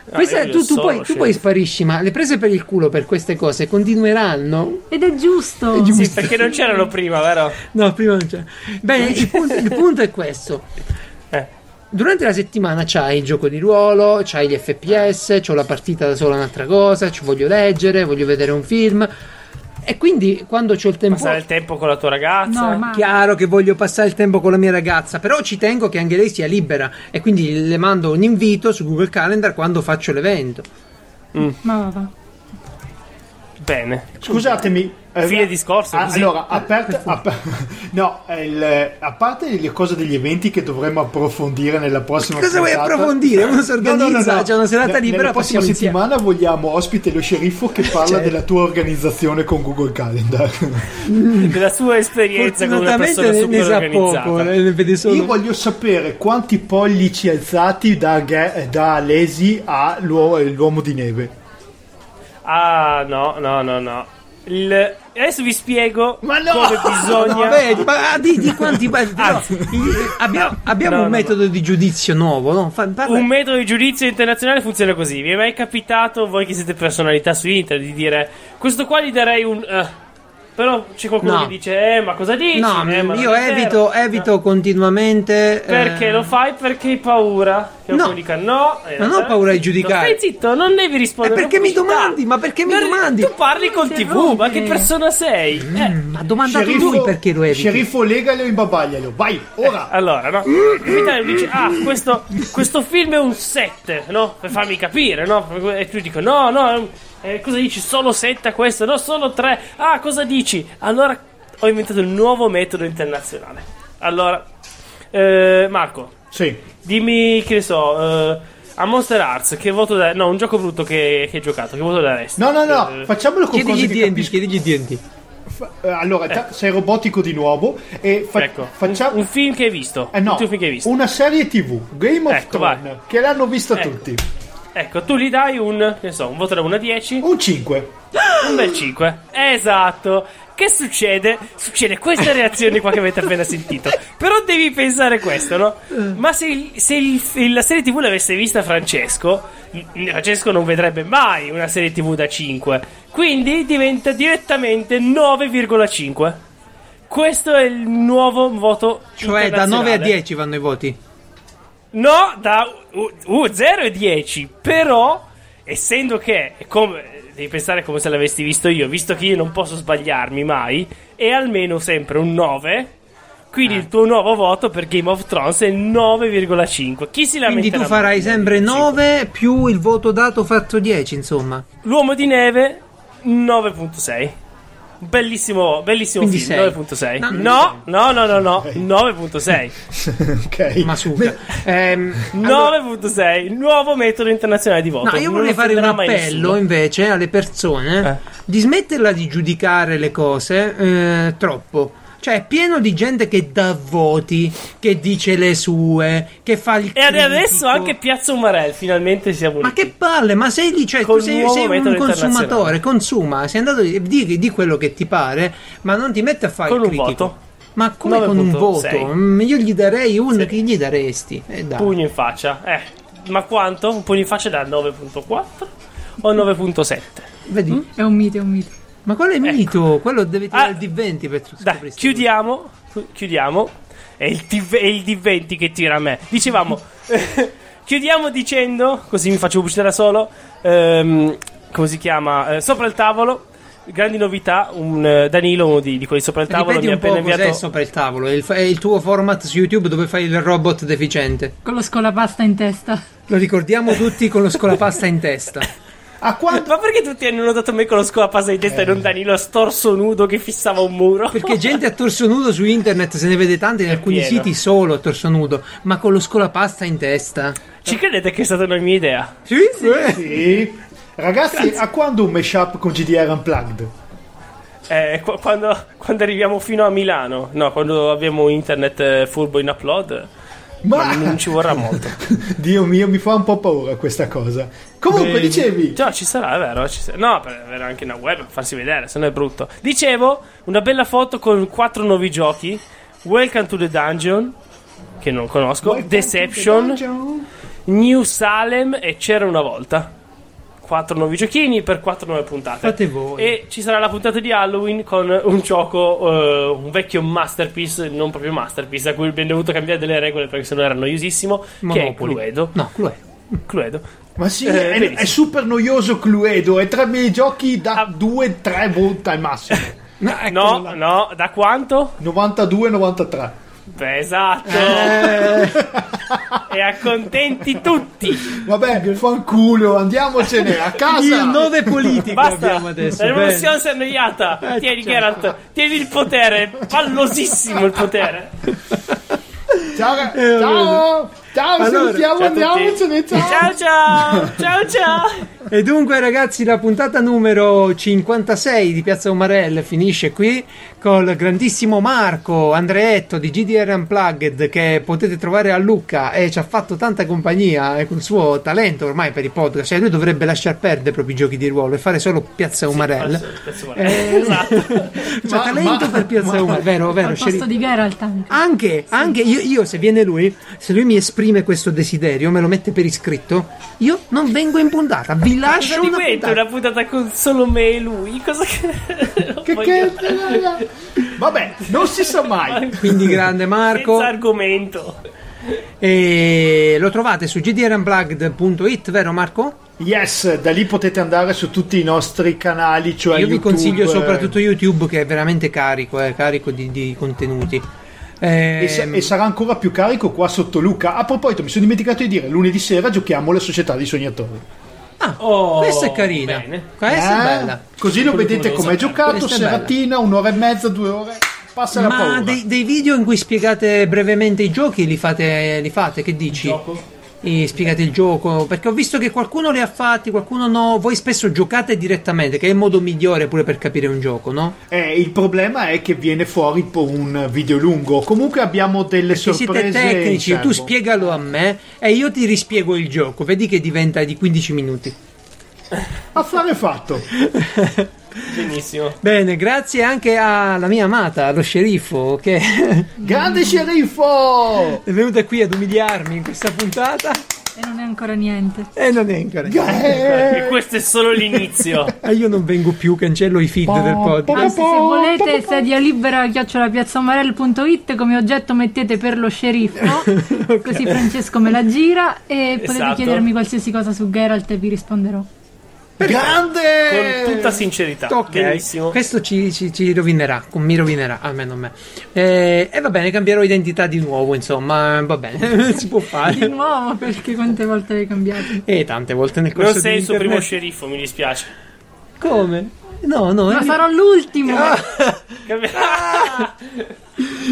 Questa- io voglio tu, tu solo poi, tu scienza. poi sparisci, ma le prese per il culo per queste cose continueranno? Ed è giusto. È giusto. Sì, perché non c'erano prima, vero? No, prima non c'è. Bene, il punto, il punto è questo. Eh. Durante la settimana c'hai il gioco di ruolo, c'hai gli FPS, c'ho la partita da sola un'altra cosa, ci voglio leggere, voglio vedere un film. E quindi quando c'ho il tempo... Passare il tempo con la tua ragazza. No, ma Ah. Chiaro che voglio passare il tempo con la mia ragazza, però ci tengo che anche lei sia libera e quindi le mando un invito su Google Calendar quando faccio l'evento. Ma va, va. Bene. Scusatemi. eh, Fine discorso, ah, così. allora, aperta, ap- no, eh, il- a parte le cose degli eventi che dovremmo approfondire nella prossima Cosa vuoi puntata- approfondire? Uno si No, no, no, organizza, no. c'è una serata Ne- libera, Nella prossima passiamo insieme. settimana vogliamo ospite lo sceriffo che parla Certo. della tua organizzazione con Google Calendar. Della sua esperienza con una persona Fortunatamente super ne sa poco, organizzata. eh, ne vede solo... Io voglio sapere quanti pollici alzati da, Ge- da Lesi all'uomo l'uomo di neve. Ah, no, no, no, no. Il- Adesso vi spiego Ma no! come bisogna. No, vedi, ma ah, di, di quanti ma- però, Anzi. i- abbiamo, abbiamo No, un no, metodo di giudizio nuovo, no? Fa- parla- Un metodo di giudizio internazionale funziona così. Vi è mai capitato, voi che siete personalità su internet, di dire questo qua gli darei un. eh". Però c'è qualcuno No. che dice, eh, ma cosa dici? no, Eh, ma non io è vero". evito, evito continuamente. eh, Perché lo fai? Perché hai paura? Che No. qualcuno dica no. eh, Non ho stai paura di zitto, giudicare. Stai zitto, non devi Eh, rispondere. perché mi pubblicità. domandi? Ma perché mi Non- domandi? Tu parli con TV, interrompi. ma che persona sei? Eh, Ma ha domandato lui perché lo eviti. sceriffo legalo e imbabaglialo. Vai, ora. Allora, no? Mm. Capitano dice: Ah, questo, questo film è un 7, no? Per farmi capire, no? E tu dico: No, no, eh, cosa dici? Solo 7 a questo, no? Solo 3. Ah, cosa dici? Allora ho inventato il nuovo metodo internazionale. Allora, eh, Marco, Sì. dimmi che ne so. eh, a Monster Arts, che voto da. No, un gioco brutto che, che hai giocato, che voto daresti? No, no, no, Eh, facciamolo con cose Chiedigli che D&D, capisco. chiedigli D&D. Fa- eh, Allora, ta- sei robotico di nuovo e fa- ecco, facciamo... un, un film che hai visto. eh, no, un film che hai visto. una serie tv, Game of Ecco, Thrones, vai. che l'hanno vista Ecco. tutti. Ecco, tu gli dai un, che so, un voto da 1 a 10, Un 5. un bel 5. Esatto. Che succede? Succede queste reazioni qua che avete appena sentito. Però devi pensare questo, no? Ma se, il- se il- il- la serie TV l'avesse vista Francesco, n- Francesco non vedrebbe mai una serie TV da 5. Quindi diventa direttamente 9,5. Questo è il nuovo voto Cioè da 9 a internazionale. 10 vanno i voti. No, da 0 e 10. Però, essendo che è come. Devi pensare come se l'avessi visto io, visto che io non posso sbagliarmi mai, è almeno sempre un 9. Ah. Quindi il tuo nuovo voto per Game of Thrones è 9,5. Chi si lamenta? Quindi tu farai sempre 9 più il voto dato fatto 10, insomma. L'uomo di neve 9.6. Bellissimo, bellissimo Quindi film, sei. 9.6. No, No, no, no, no, no, 9.6. ok. Ma su. Ehm, allora- 9.6, il nuovo metodo internazionale di voto. No, io Non vorrei fare un offenderà mai nessuno. Eh. appello invece alle persone di smetterla di giudicare le cose eh, troppo. Cioè, è pieno di gente che dà voti, che dice le sue, che fa il E ad- adesso critico. anche Piazza Umarell, finalmente siamo Ma uniti. che palle, ma sei lì, cioè, Col tu sei, nuovo sei un metodo consumatore, internazionale. consuma, sei andato di, di- di quello che ti pare, ma non ti metti a fare Con il un critico. voto. Ma come con un voto? 9.6. Mm, Io gli darei uno, Sì. che gli daresti? Eh, dai. Pugno in faccia. Eh, ma quanto? Un pugno in faccia da 9.4 o 9.7? Vedi? È un mito, è un mito. Ma qual è il mito? Quello deve Mm? tirare Ecco. Ah, il D20 per Dai, scoprire. chiudiamo. chi- Chiudiamo. È il, TV è il D20 che tira a me. Dicevamo, chiudiamo dicendo, così mi faccio pubblicità da solo, ehm, come si chiama? Eh, sopra il tavolo. Grandi novità, un eh, Danilo, di, di quelli sopra il tavolo, Ripeti mi ha un po' appena cos'è inviato sopra il tavolo, è il, è il tuo format su YouTube dove fai il robot deficiente. Con lo scolapasta in testa. Lo ricordiamo tutti con lo scolapasta in testa. A quanto... Ma perché tutti hanno notato me con lo scolapasta di testa e non Danilo storso nudo che fissava un muro? Perché gente a torso nudo su internet se ne vede tante, in alcuni pieno. siti solo a torso nudo, ma con lo scolapasta in testa. Eh. Ci credete che è stata una mia idea? Sì, Eh. Sì. Ragazzi, a quando un mashup con GDR Unplugged? Eh, qu- quando, quando arriviamo fino a Milano, no, quando abbiamo internet eh, furbo in upload, Ma... non ci vorrà molto. Dio mio, mi fa un po' paura questa cosa. Comunque, dicevi... Già, ci sarà, è vero? Ci sarà. No, per avere anche una web, per farsi vedere, se no è brutto. Dicevo, una bella foto con quattro nuovi giochi. Welcome to the Dungeon, che non conosco, Deception, New Salem e C'era una volta. Quattro nuovi giochini per quattro nuove puntate. Fate voi. E ci sarà la puntata di Halloween con un gioco, eh, un vecchio masterpiece, non proprio masterpiece, a cui abbiamo dovuto cambiare delle regole perché sennò era noiosissimo. Monopoli. Che è Cluedo. No, Cluedo. Cluedo. Ma sì, Eh, è, benissimo. è super noioso Cluedo, è tra i miei giochi da Ah. 2-3 volte al massimo. No, ecco. No, no, da quanto? 92-93. Beh, esatto. Eh. e accontenti tutti. Vabbè, fanculo, andiamocene a casa. Il nove politico Basta. abbiamo La adesso. Eh, certo. rivoluzione si è annoiata. Tieni, Geralt. Tieni il potere. Pallosissimo il potere. Ciao, ra- ciao, ciao, salutiamo, Eh, ciao a tutti. andiamocene, ciao. Ciao, ciao. Ciao, ciao. E dunque, ragazzi, la puntata numero 56 di Piazza Umarell finisce qui col grandissimo Marco Andreetto di GDR Unplugged che potete trovare a Lucca e ci ha fatto tanta compagnia e col suo talento ormai per i podcast. Cioè, lui dovrebbe lasciar perdere i propri giochi di ruolo e fare solo Piazza Umarell. Cazzo, guarda. Eh, Esatto. C'ha Ma- talento ma- per Piazza ma- Umarell, vero, vero, Al sceriffo. posto di Geralt anche. Ah. Anche, anche io, io, se viene lui, se lui mi esprime questo desiderio, me lo mette per iscritto, io non vengo in puntata. Vi Cosa lascio ti una mette puntata. una puntata con solo me e lui? Cosa che. non Che, voglio- che- Vabbè, non si sa mai. Quindi grande Marco. Senza argomento. E lo trovate su gdrunplugged.it, vero Marco? Yes, da lì potete andare su tutti i nostri canali, cioè Io vi YouTube, consiglio eh, soprattutto YouTube che è veramente carico, è carico di, di contenuti. Eh, E, sa- e sarà ancora più carico qua sotto Luca. A proposito, mi sono dimenticato di dire, lunedì sera giochiamo la società dei sognatori. ah, Oh, questa è carina. bene. Questa Eh? è bella. Così lo vedete volevo come è sapere. giocato, Questa è bella. seratina, un'ora e mezza, due ore, passa la paura. Ma dei, dei video in cui spiegate brevemente i giochi li fate, li fate che dici? Gioco? e spiegate il gioco, perché ho visto che qualcuno li ha fatti, qualcuno no. Voi spesso giocate direttamente, che è il modo migliore pure per capire un gioco, no? Eh, il problema è che viene fuori po- un video lungo. Comunque abbiamo delle Se siete sorprese. tecnici, in tu serbo. spiegalo a me e io ti rispiego il gioco, vedi che diventa di 15 minuti. Affare fatto. Benissimo. Bene, grazie anche alla mia amata, allo sceriffo, che Grande sceriffo! è venuta qui ad umiliarmi in questa puntata E non è ancora niente. e non è ancora. Eh. E questo è solo l'inizio. E io non vengo più, cancello i feed del podcast. Anzi, se volete sedia libera chiocciolapiazzamarel.it come oggetto mettete per lo sceriffo, così Francesco me la gira e potete Esatto. chiedermi qualsiasi cosa su Geralt e vi risponderò. Grande! Con tutta sincerità. Eh. Ok, Benissimo. Certo questo ci, ci- ci rovinerà, con- mi rovinerà, almeno a me. Eh, e va bene, cambierò identità di nuovo, insomma, va bene, si può Di fare. nuovo, perché quante volte l'hai cambiato? E tante volte nel corso Non sei di il suo primo internet. sceriffo, mi dispiace. Come? No, no, eh, Ma io- sarò l'ultimo! Ah.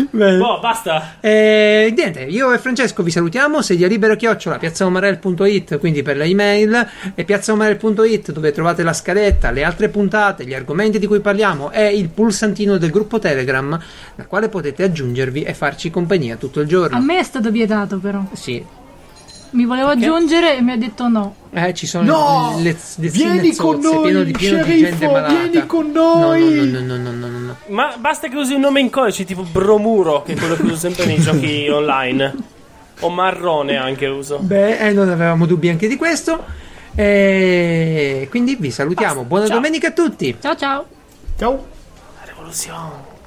Bene. Boh, basta. Eh, niente, io e Francesco vi salutiamo. Sedia libero chiocciola piazzaomarel.it, quindi per le email, e piazzaomarel.it dove trovate la scaletta, le altre puntate, gli argomenti di cui parliamo e il pulsantino del gruppo Telegram, al quale potete aggiungervi e farci compagnia tutto il A giorno. me è stato vietato però. Sì, Mi volevo aggiungere e mi ha detto no. eh, ci sono No! le, le Vieni zinezzozze, con noi, pieno di, pieno di sceriffo, gente malata. vieni con No, no, noi! No, no, no, no, no, no, no. Ma basta che usi un nome in codice tipo Bromuro, che è quello che uso sempre nei giochi online. O Marrone anche uso. Beh, eh, non avevamo dubbi anche di questo. E quindi vi salutiamo. Buona Ciao. domenica a tutti. Ciao ciao! Ciao. La rivoluzione.